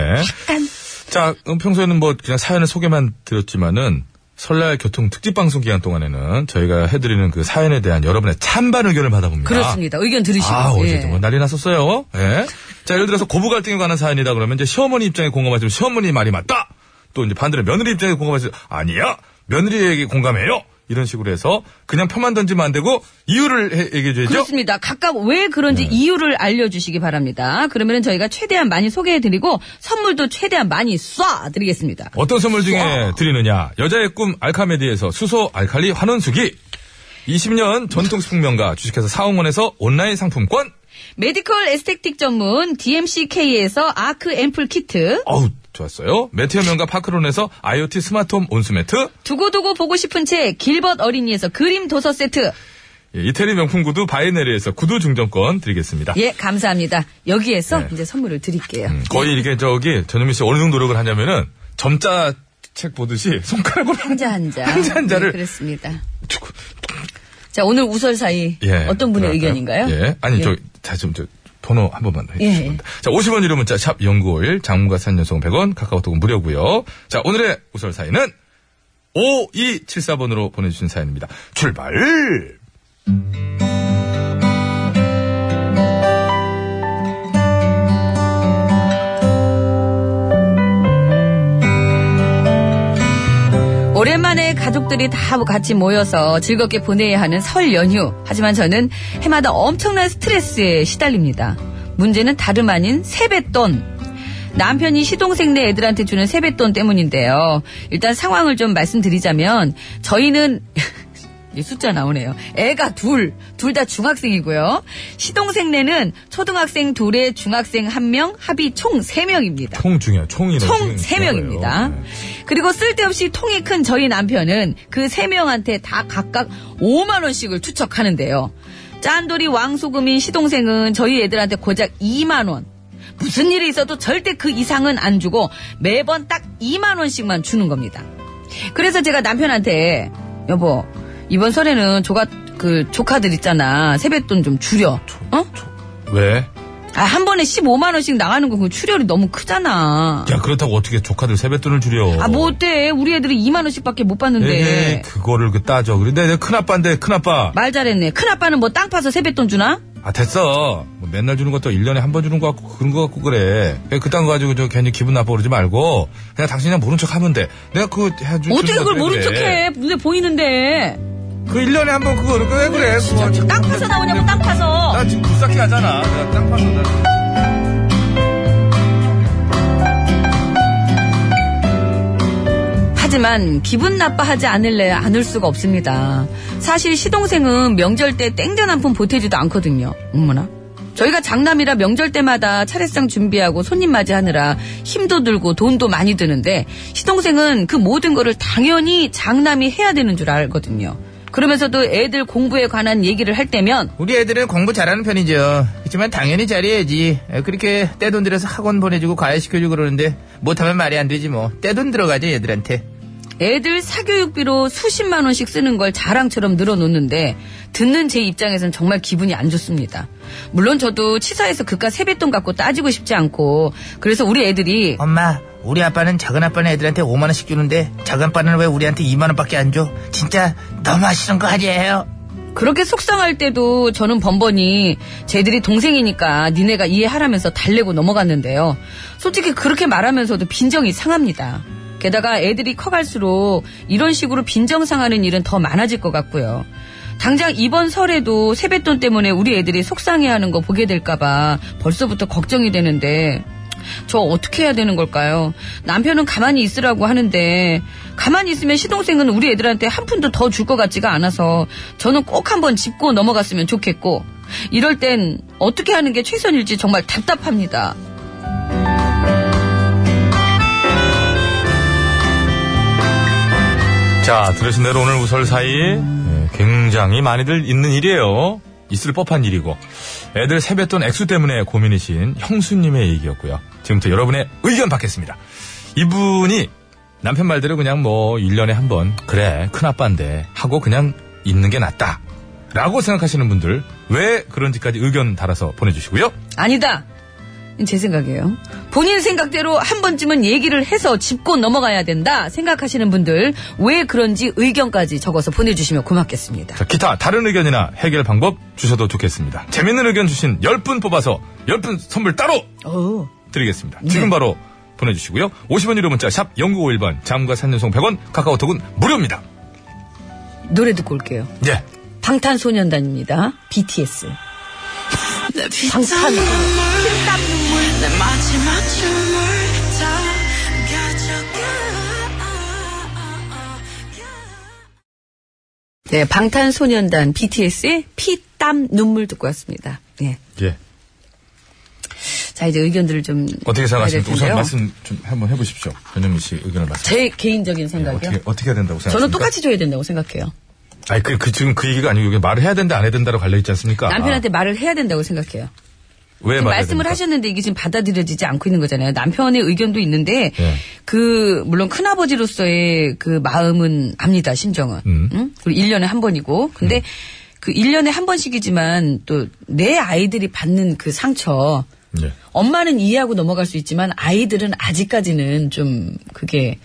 Speaker 1: 자, 음, 평소에는 뭐 그냥 사연을 소개만 드렸지만은 설날 교통 특집 방송 기간 동안에는 저희가 해드리는 그 사연에 대한 여러분의 찬반 의견을 받아봅니다.
Speaker 2: 그렇습니다. 의견 들으시고.
Speaker 1: 아, 어제
Speaker 2: 예.
Speaker 1: 정말 난리 났었어요. 예. 자, 예를 들어서 고부 갈등에 관한 사연이다 그러면 이제 시어머니 입장에 공감하시면 시어머니 말이 맞다! 또 이제 반대로 며느리 입장에 공감하시면 아니야! 며느리에게 공감해요! 이런 식으로 해서 그냥 편만 던지면 안 되고 이유를 해- 얘기해줘야죠. 네.
Speaker 2: 그렇습니다. 각각 왜 그런지 이유를 알려주시기 바랍니다. 그러면 저희가 최대한 많이 소개해드리고 선물도 최대한 많이 쏴드리겠습니다.
Speaker 1: 어떤 선물 중에 드리느냐? 여자의 꿈 알카메디에서 수소 알칼리 환원수기. 20년 전통 숙명가 주식회사 사홍원에서 온라인 상품권.
Speaker 2: 메디컬 에스테틱 전문 DMCK에서 아크 앰플 키트.
Speaker 1: 어우, 좋았어요. 매트여 명가 파크론에서 IoT 스마트홈 온수매트.
Speaker 2: 두고두고 보고 싶은 책 길벗 어린이에서 그림 도서 세트.
Speaker 1: 예, 이태리 명품 구두 바이네리에서 구두 중정권 드리겠습니다.
Speaker 2: 예, 감사합니다. 여기에서 이제 선물을 드릴게요.
Speaker 1: 네. 음,
Speaker 2: 네,
Speaker 1: 거의 이게 저기 전현미 씨 어느 정도 노력을 하냐면은 점자 책 보듯이 손가락으로
Speaker 2: 한자 한자.
Speaker 1: 한자 한자를.
Speaker 2: 네, 그렇습니다. 자, 오늘 우설 사이
Speaker 1: 예,
Speaker 2: 어떤 분의
Speaker 1: 그럴까요?
Speaker 2: 의견인가요?
Speaker 1: 예. 아니
Speaker 2: 예.
Speaker 1: 저 자, 좀, 저, 번호 한 번만 더
Speaker 2: 예,
Speaker 1: 해주세요.
Speaker 2: 예.
Speaker 1: 자, 50원 유료 문자 샵 0951, 장문과 산연송 100원, 카카오톡은 무료고요. 자, 오늘의 우설 사연은 5274번으로 보내주신 사연입니다. 출발!
Speaker 2: 오랜만에 가족들이 다 같이 모여서 즐겁게 보내야 하는 설 연휴. 하지만 저는 해마다 엄청난 스트레스에 시달립니다. 문제는 다름 아닌 세뱃돈. 남편이 시동생네 애들한테 주는 세뱃돈 때문인데요. 일단 상황을 좀 말씀드리자면 저희는 *laughs* 이 숫자 나오네요. 애가 둘, 둘 다 중학생이고요. 시동생네는 초등학생 둘에 중학생 한 명, 합이 총 세명입니다
Speaker 1: 총 중요해요. 총이 너무
Speaker 2: 네, 총
Speaker 1: 중요해요.
Speaker 2: 세명 네. 입니다 그리고 쓸데없이 통이 큰 저희 남편은 그 세명한테다 각각 5만원씩을 투척하는데요. 짠돌이 왕소금인 시동생은 저희 애들한테 고작 2만원. 무슨 일이 있어도 절대 그 이상은 안 주고 매번 딱 2만원씩만 주는 겁니다. 그래서 제가 남편한테, 여보, 이번 설에는 조가, 그, 조카들 있잖아. 세뱃돈 좀 줄여. 어?
Speaker 1: 예. 왜?
Speaker 2: 아, 한 번에 15만원씩 나가는 거, 그 출혈이 너무 크잖아.
Speaker 1: 야 그렇다고 어떻게 조카들 세뱃돈을 주려?
Speaker 2: 아, 뭐 어때? 우리 애들이 2만 원씩밖에 못 받는데.
Speaker 1: 에이, 그거를 그 따져. 그런데 내 큰아빠인데 큰아빠.
Speaker 2: 말 잘했네. 큰 아빠는 뭐 땅 파서 세뱃돈 주나?
Speaker 1: 아 됐어. 뭐 맨날 주는 것도 1년에 한 번 주는 것 같고 그런 것 같고 그래. 그냥 그딴 거 가지고 저 괜히 기분 나빠 그러지 말고 그냥 당신이랑 모른 척 하면 돼. 내가 그거 해주
Speaker 2: 어떻게 그걸 모른 척해? 눈에 보이는데.
Speaker 1: 그 1년에 한 번 그거 왜 그래? 뭐 그거
Speaker 2: 땅 파서 나오냐고 땅 파서.
Speaker 1: 나 지금 굴삭기 하잖아. 내가 땅 파서 나.
Speaker 2: 하지만 기분 나빠하지 않을래 않을 수가 없습니다. 사실 시동생은 명절 때 땡전 한 푼 보태지도 않거든요. 어머나. 저희가 장남이라 명절 때마다 차례상 준비하고 손님 맞이하느라 힘도 들고 돈도 많이 드는데 시동생은 그 모든 거를 당연히 장남이 해야 되는 줄 알거든요. 그러면서도 애들 공부에 관한 얘기를 할 때면
Speaker 5: 우리 애들은 공부 잘하는 편이죠. 그렇지만 당연히 잘해야지. 에, 그렇게 떼돈 들여서 학원 보내주고 과외시켜주고 그러는데 못하면 말이 안 되지 뭐. 떼돈 들어가죠 애들한테.
Speaker 2: 애들 사교육비로 수십만 원씩 쓰는 걸 자랑처럼 늘어놓는데 듣는 제 입장에선 정말 기분이 안 좋습니다. 물론 저도 치사해서 그깟 세뱃돈 갖고 따지고 싶지 않고 그래서 우리 애들이
Speaker 5: 엄마 우리 아빠는 작은 아빠는 애들한테 5만 원씩 주는데 작은 아빠는 왜 우리한테 2만 원밖에 안 줘? 진짜 너무 아쉬운 거 아니에요?
Speaker 2: 그렇게 속상할 때도 저는 번번이 쟤들이 동생이니까 니네가 이해하라면서 달래고 넘어갔는데요. 솔직히 그렇게 말하면서도 빈정이 상합니다. 게다가 애들이 커갈수록 이런 식으로 빈정 상하는 일은 더 많아질 것 같고요. 당장 이번 설에도 세뱃돈 때문에 우리 애들이 속상해하는 거 보게 될까봐 벌써부터 걱정이 되는데 저 어떻게 해야 되는 걸까요? 남편은 가만히 있으라고 하는데 가만히 있으면 시동생은 우리 애들한테 한 푼도 더 줄 것 같지가 않아서 저는 꼭 한번 짚고 넘어갔으면 좋겠고 이럴 땐 어떻게 하는 게 최선일지 정말 답답합니다.
Speaker 1: 자, 들으신 대로 오늘 우설 사이 예, 굉장히 많이들 있는 일이에요. 있을 법한 일이고. 애들 세뱃돈 액수 때문에 고민이신 형수님의 얘기였고요. 지금부터 여러분의 의견 받겠습니다. 이분이 남편 말대로 그냥 뭐 1년에 한 번, 그래, 큰아빠인데 하고 그냥 있는 게 낫다. 라고 생각하시는 분들, 왜 그런지까지 의견 달아서 보내주시고요.
Speaker 2: 아니다. 제 생각이에요. 본인 생각대로 한 번쯤은 얘기를 해서 짚고 넘어가야 된다 생각하시는 분들 왜 그런지 의견까지 적어서 보내주시면 고맙겠습니다.
Speaker 1: 자, 기타 다른 의견이나 해결 방법 주셔도 좋겠습니다. 재밌는 의견 주신 10분 뽑아서 10분 선물 따로 드리겠습니다.
Speaker 2: 네.
Speaker 1: 지금 바로 보내주시고요. 50원 유료 문자 샵 0951번 잠과 산년송 100원 카카오톡은 무료입니다.
Speaker 2: 노래 듣고 올게요.
Speaker 1: 예.
Speaker 2: 방탄소년단입니다. BTS. 방탄.
Speaker 14: 내 마지막 춤을 다
Speaker 2: 네, 방탄소년단 BTS의 피, 땀, 눈물 듣고 왔습니다. 예.
Speaker 1: 예.
Speaker 2: 자, 이제 의견들을 좀.
Speaker 1: 어떻게 생각하십니까?
Speaker 2: 해야 될 텐데요.
Speaker 1: 우선 말씀 좀 한번 해보십시오. 변현민 씨 의견을 말씀.
Speaker 2: 제 개인적인 생각이요.
Speaker 1: 어떻게, 어떻게 해야 된다고 생각하십니까?
Speaker 2: 저는 똑같이 줘야 된다고 생각해요.
Speaker 1: 아니, 그, 그, 지금 그 얘기가 아니고 이게 말을 해야 된다, 안 해야 된다로 갈려있지 않습니까? 아,
Speaker 2: 남편한테 말을 해야 된다고 생각해요.
Speaker 1: 왜
Speaker 2: 지금
Speaker 1: 말해야
Speaker 2: 말씀을
Speaker 1: 됩니까?
Speaker 2: 하셨는데 이게 지금 받아들여지지 않고 있는 거잖아요. 남편의 의견도 있는데
Speaker 1: 예.
Speaker 2: 그 물론 큰아버지로서의 그 마음은 압니다. 심정은. 응? 그리고 1년에 한 번이고.
Speaker 1: 음.
Speaker 2: 근데 그 1년에 한 번씩이지만 또 내 아이들이 받는 그 상처
Speaker 1: 예.
Speaker 2: 엄마는 이해하고 넘어갈 수 있지만 아이들은 아직까지는 좀 그게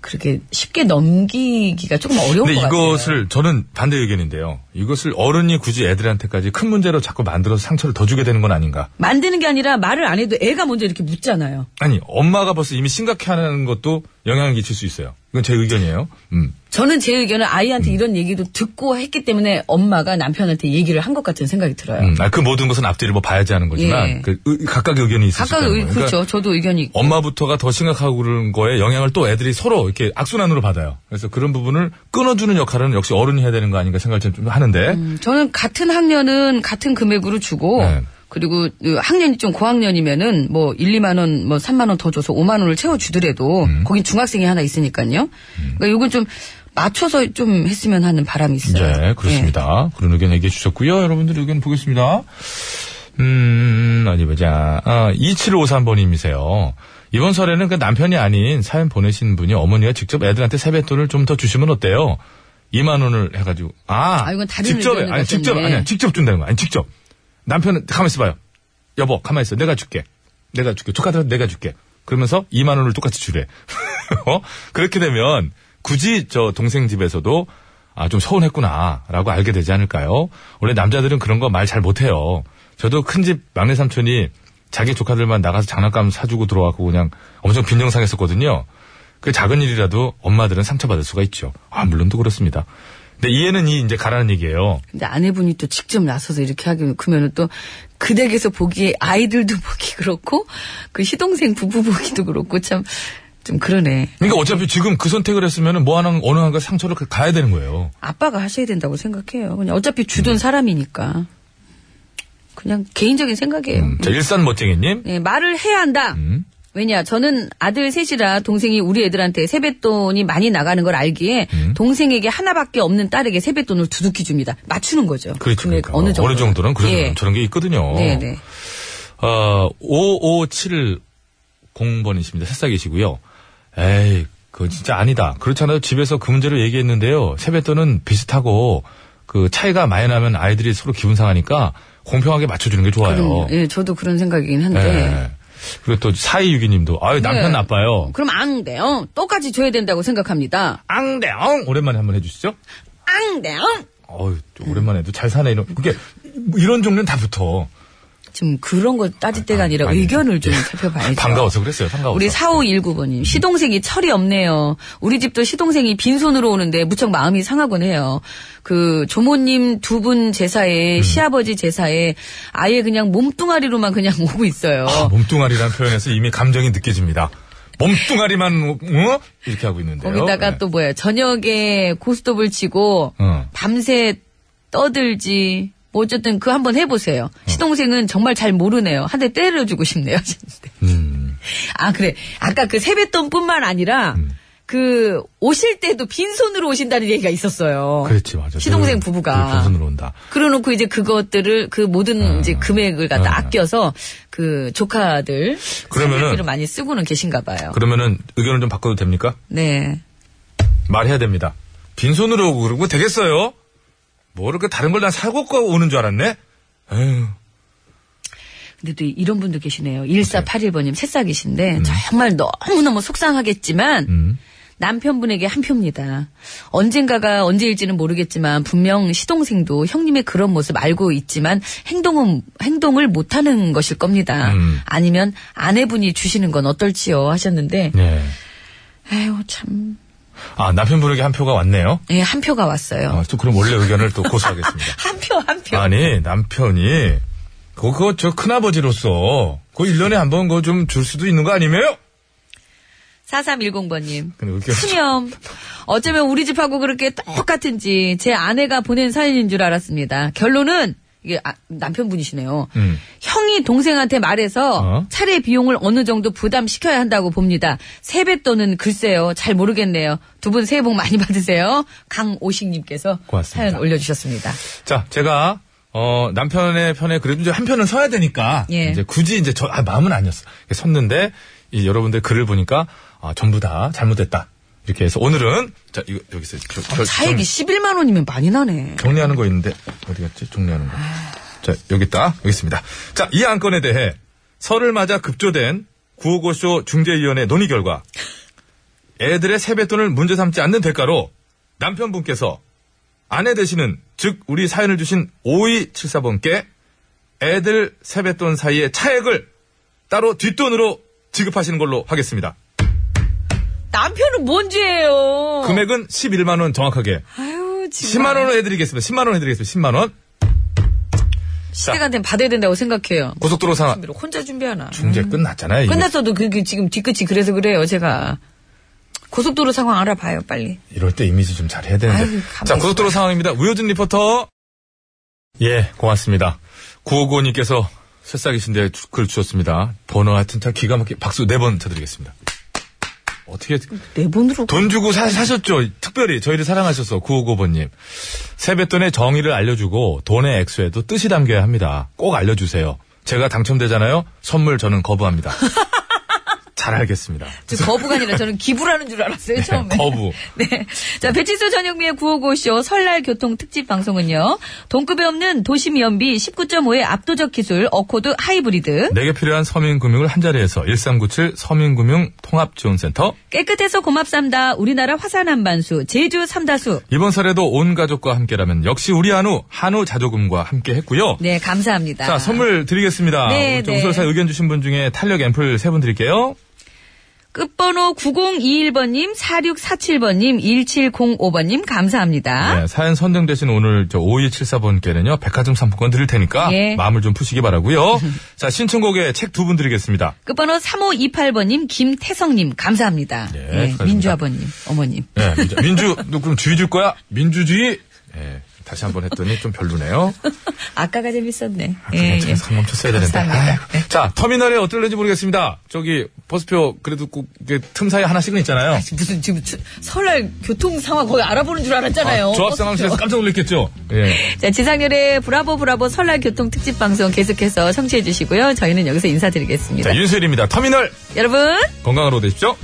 Speaker 2: 그렇게 쉽게 넘기기가 조금 어려운
Speaker 1: 근데
Speaker 2: 것 같아요.
Speaker 1: 이것을 저는 반대 의견인데요. 이것을 어른이 굳이 애들한테까지 큰 문제로 자꾸 만들어서 상처를 더 주게 되는 건 아닌가.
Speaker 2: 만드는 게 아니라 말을 안 해도 애가 먼저 이렇게 묻잖아요.
Speaker 1: 아니 엄마가 벌써 이미 심각해하는 것도 영향을 끼칠 수 있어요. 이건 제 의견이에요. 음.
Speaker 2: 저는 제 의견은 아이한테 이런 얘기도 듣고 했기 때문에 엄마가 남편한테 얘기를 한 것 같은 생각이 들어요.
Speaker 1: 음, 아, 그 모든 것은 앞뒤를 뭐 봐야지 하는 거지만
Speaker 2: 예.
Speaker 1: 그 의- 각각의 의견이 있으시다는
Speaker 2: 각각 의,
Speaker 1: 거예요. 그러니까
Speaker 2: 그렇죠. 저도 의견이 있고.
Speaker 1: 엄마부터가 더 심각하고 그런 거에 영향을 또 애들이 서로 이렇게 악순환으로 받아요. 그래서 그런 부분을 끊어주는 역할은 역시 어른이 해야 되는 거 아닌가 생각을 좀 하는데
Speaker 2: 음. 저는 같은 학년은 같은 금액으로 주고
Speaker 1: 네.
Speaker 2: 그리고 그 학년이 좀 고학년이면은 뭐 1, 2만 원, 뭐 3만 원 더 줘서 5만 원을 채워 주더라도
Speaker 1: 음.
Speaker 2: 거긴 중학생이 하나 있으니까요. 그러니까 요건 좀 맞춰서 좀 했으면 하는 바람이 있어요. 예.
Speaker 1: 네, 그렇습니다. 그런 의견 얘기해 주셨고요. 여러분들 의견 보겠습니다. 음, 어디 보자. 아, 2753번님이세요. 이번 설에는 그 남편이 아닌 사연 보내신 분이 어머니가 직접 애들한테 세뱃돈을 좀 더 주시면 어때요? 2만 원을 해가지고 아,
Speaker 2: 아, 이건 다른
Speaker 1: 직접
Speaker 2: 의견을
Speaker 1: 아니 직접
Speaker 2: 가졌네.
Speaker 1: 아니야 직접 준다는 거 아니 직접 남편은 가만 있어봐요 여보 가만 있어 내가 줄게 내가 줄게 조카들한테 내가 줄게 그러면서 2만 원을 똑같이 주래 *laughs* 어? 그렇게 되면 굳이 저 동생 집에서도 아, 좀 서운했구나라고 알게 되지 않을까요? 원래 남자들은 그런 거 말 잘 못해요. 저도 큰 집 막내 삼촌이 자기 조카들만 나가서 장난감 사주고 들어와고 그냥 엄청 빈정상했었거든요. 그 작은 일이라도 엄마들은 상처받을 수가 있죠. 아, 물론 또 그렇습니다. 근데 이해는 이 이제 가라는 얘기예요.
Speaker 2: 근데 아내분이 또 직접 나서서 이렇게 하기 그러면은 또그 댁에서 보기에 아이들도 *laughs* 보기 그렇고 그 시동생 부부 보기도 그렇고 참 좀 그러네.
Speaker 1: 그러니까 어차피 지금 그 선택을 했으면 뭐 하나 어느 한가 상처를 가야 되는 거예요.
Speaker 2: 아빠가 하셔야 된다고 생각해요. 그냥 어차피
Speaker 1: 음.
Speaker 2: 주던 사람이니까. 그냥 개인적인 생각이에요.
Speaker 1: 자, 일산 멋쟁이님.
Speaker 2: 예, 말을 해야 한다.
Speaker 1: 음.
Speaker 2: 왜냐, 저는 아들 셋이라 동생이 우리 애들한테 세뱃돈이 많이 나가는 걸 알기에
Speaker 1: 음.
Speaker 2: 동생에게 하나밖에 없는 딸에게 세뱃돈을 두둑히 줍니다. 맞추는 거죠.
Speaker 1: 그렇죠.
Speaker 2: 금액
Speaker 1: 그러니까.
Speaker 2: 네, 어느 정도.
Speaker 1: 정도는 그렇죠. 그런,
Speaker 2: 예.
Speaker 1: 저런 게 있거든요.
Speaker 2: 네네.
Speaker 1: 어, 5570번이십니다. 새싹이시고요. 에이, 그건 진짜 아니다. 그렇잖아요. 집에서 그 문제를 얘기했는데요. 세뱃돈은 비슷하고, 그 차이가 많이 나면 아이들이 서로 기분 상하니까 공평하게 맞춰주는 게 좋아요.
Speaker 2: 그럼, 예, 저도 그런 생각이긴 한데.
Speaker 1: 예. 그리고 또 4262님도, 아유, 남편
Speaker 2: 네.
Speaker 1: 나빠요.
Speaker 2: 그럼 앙대요. 똑같이 줘야 된다고 생각합니다.
Speaker 1: 앙대요. 오랜만에 한번 해주시죠.
Speaker 2: 앙대요.
Speaker 1: 어유 오랜만에 해도 잘 사네, 이런. 그게, 뭐 이런 종류는 다 붙어.
Speaker 2: 지금 그런 걸 따질 때가 아니라 의견을 좀 살펴봐야죠.
Speaker 1: 반가워서 그랬어요, 반가워서.
Speaker 2: 그렇죠. 우리 4519번님, 시동생이 철이 없네요. 우리 집도 시동생이 빈손으로 오는데 무척 마음이 상하곤 해요. 그 조모님 두 분 제사에, 시아버지 제사에 아예 그냥 몸뚱아리로만 그냥 *laughs* 오고 있어요.
Speaker 1: 아, 몸뚱아리라는 표현에서 이미 감정이 느껴집니다. 몸뚱아리만 어? 이렇게 하고 있는데요. 네.
Speaker 2: 거기다가 또 뭐야, 저녁에 고스톱을 치고
Speaker 1: 어.
Speaker 2: 밤새 떠들지, 뭐 어쨌든 그 한번 해보세요. 시동생은 정말 잘 모르네요. 한 대 때려주고 싶네요. 진짜.
Speaker 1: 음,
Speaker 2: 아 그래 아까 그 세뱃돈뿐만 아니라 그 오실 때도 빈손으로 오신다는 얘기가 있었어요.
Speaker 1: 그렇지 맞아.
Speaker 2: 뭐? 시동생
Speaker 1: 늘-
Speaker 2: 부부가.
Speaker 1: 늘 빈손으로 아. 온다.
Speaker 2: 그래놓고 이제 그것들을 그 모든 이제 금액을 갖다 아껴서 그 조카들
Speaker 1: 그러면은-
Speaker 2: 생활비를 많이 쓰고는 계신가 봐요.
Speaker 1: 그러면은 의견을 좀 바꿔도 됩니까?
Speaker 2: 네.
Speaker 1: 말해야 됩니다. 빈손으로 오고 그러고 되겠어요? 뭐 이렇게 다른 걸 난 사고 거 오는 줄 알았네. 에휴.
Speaker 2: 근데 또 이런 분도 계시네요. 1481번님 새싹이신데
Speaker 1: 음.
Speaker 2: 정말 너무너무 속상하겠지만 남편분에게 한 표입니다. 언젠가가 언제일지는 모르겠지만 분명 시동생도 형님의 그런 모습 알고 있지만 행동은 행동을 못하는 것일 겁니다.
Speaker 1: 음.
Speaker 2: 아니면 아내분이 주시는 건 어떨지요 하셨는데
Speaker 1: 네.
Speaker 2: 에휴 참.
Speaker 1: 아 남편분에게 한 표가 왔네요.
Speaker 2: 예, 한 표가 왔어요.
Speaker 1: 아, 또 그럼 원래 의견을 또
Speaker 2: *laughs*
Speaker 1: 고수하겠습니다.
Speaker 2: 한 표, 한 표.
Speaker 1: 아니 남편이 그거, 그거 저 큰아버지로서 그거 1년에 한 번 그거 좀 줄 수도 있는 거 아니에요?
Speaker 2: 4310번님.
Speaker 1: 근데 의견
Speaker 2: 수염. 어쩌면 우리 집하고 그렇게 똑같은지 제 아내가 보낸 사연인 줄 알았습니다. 결론은 이게 아, 남편분이시네요.
Speaker 14: 음.
Speaker 2: 형이 동생한테 말해서
Speaker 14: 어?
Speaker 2: 차례 비용을 어느 정도 부담시켜야 한다고 봅니다. 세뱃돈은 글쎄요. 잘 모르겠네요. 두 분 새해 복 많이 받으세요. 강오식님께서
Speaker 1: 고맙습니다.
Speaker 2: 사연 올려주셨습니다.
Speaker 1: 자, 제가 어, 남편의 편에 그래도 이제 한 편은 서야 되니까
Speaker 2: 예.
Speaker 1: 이제 굳이 이제 저 아, 마음은 아니었어. 이렇게 섰는데 이 여러분들 글을 보니까 아, 전부 다 잘못됐다. 이렇게 해서 오늘은 자, 이거 여기서 저, 저,
Speaker 2: 어, 차액이
Speaker 1: 정-
Speaker 2: 11만 원이면 많이 나네.
Speaker 1: 정리하는 거 있는데 어디 갔지? 정리하는 거. 자, 여기 있다. 여기 있습니다. 자, 이 안건에 대해 설을 맞아 급조된 구호고쇼 중재위원회 논의 결과 애들의 세뱃돈을 문제 삼지 않는 대가로 남편분께서 아내 되시는 즉 우리 사연을 주신 5274번께 애들 세뱃돈 사이의 차액을 따로 뒷돈으로 지급하시는 걸로 하겠습니다.
Speaker 2: 남편은 뭔 죄예요?
Speaker 1: 금액은 11만원 정확하게.
Speaker 2: 아유,
Speaker 1: 10만원을 해드리겠습니다. 10만원 해드리겠습니다. 10만원.
Speaker 2: 시댁한테는 받아야 된다고 생각해요.
Speaker 1: 고속도로 상황.
Speaker 2: 준비를 혼자 준비하나.
Speaker 1: 중재 끝났잖아요. 이게.
Speaker 2: 끝났어도 그게 지금 뒤끝이 그래서 그래요, 제가. 고속도로 상황 알아봐요, 빨리.
Speaker 1: 이럴 때 이미지 좀 잘해야 되는데.
Speaker 2: 아이고,
Speaker 1: 자,
Speaker 2: 가만히
Speaker 1: 고속도로 상황입니다. 우효진 리포터. 예, 고맙습니다. 9595님께서 새싹이신데 주- 글 주셨습니다. 번호 하여튼 참 기가 막히게 박수 네 번 쳐드리겠습니다. 어떻게.
Speaker 2: 네 번으로.
Speaker 1: 돈 주고 사, 사셨죠? 특별히 저희를 사랑하셔서 9595번님. 세뱃돈의 정의를 알려주고 돈의 액수에도 뜻이 담겨야 합니다. 꼭 알려주세요. 제가 당첨되잖아요. 선물 저는
Speaker 2: *laughs*
Speaker 1: 거부합니다. 잘 알겠습니다. 네,
Speaker 2: 저 거부가 아니라 저는 기부라는 줄 알았어요, 처음에.
Speaker 1: 거부.
Speaker 2: 네. 자, 배치수 전영미의 955쇼 설날 교통 특집 방송은요. 동급에 없는 도심 연비 19.5의 압도적 기술 어코드 하이브리드.
Speaker 1: 내게 필요한 서민금융을 한자리에서 1397 서민금융 통합지원센터
Speaker 2: 깨끗해서 고맙삼다. 우리나라 화산 한반수. 제주 삼다수.
Speaker 1: 이번 설에도 온 가족과 함께라면 역시 우리 한우 한우 자조금과 함께 했고요.
Speaker 2: 네, 감사합니다.
Speaker 1: 자 선물 드리겠습니다.
Speaker 2: 네,
Speaker 1: 우리 좀
Speaker 2: 네.
Speaker 1: 우설사 의견 주신 분 중에 탄력 앰플 세 분 드릴게요.
Speaker 2: 끝번호 9021번님, 4647번님, 1705번님, 감사합니다.
Speaker 1: 네, 사연 선정되신 오늘 저 5274번께는요 백화점 상품권 드릴 테니까
Speaker 2: 예.
Speaker 1: 마음을 좀 푸시기
Speaker 2: *laughs*
Speaker 1: 바라고요. 자 신청곡에 책 두 분 드리겠습니다.
Speaker 2: 끝번호 3528번님, 김태성님, 감사합니다.
Speaker 1: 네,
Speaker 2: 예,
Speaker 1: 축하드립니다.
Speaker 2: 민주아버님, 어머님.
Speaker 1: 네, 민주, 민주 너 그럼 주의 줄 거야? 민주주의. 네, 다시 한번 했더니 좀 별로네요.
Speaker 2: *laughs* 아까가 재밌었네. 예, 예. 네.
Speaker 1: 괜찮아요. 상금 쳤어야 되는데. 아이고. 자, 터미널에 어떨는지 모르겠습니다. 저기, 버스표, 그래도 꼭, 이게 틈 사이 하나씩은 있잖아요.
Speaker 2: 무슨 지금 추- 설날 교통 상황 거의 알아보는 줄 알았잖아요. 어,
Speaker 1: 조합 상황실에서 깜짝 놀랐겠죠? 예.
Speaker 2: 자, 지상렬의 브라보 브라보 설날 교통 특집 방송 *laughs* 계속해서 청취해 주시고요. 저희는 여기서 인사드리겠습니다.
Speaker 1: 자, 윤수일입니다. 터미널!
Speaker 2: 여러분.
Speaker 1: 건강으로 되십시오.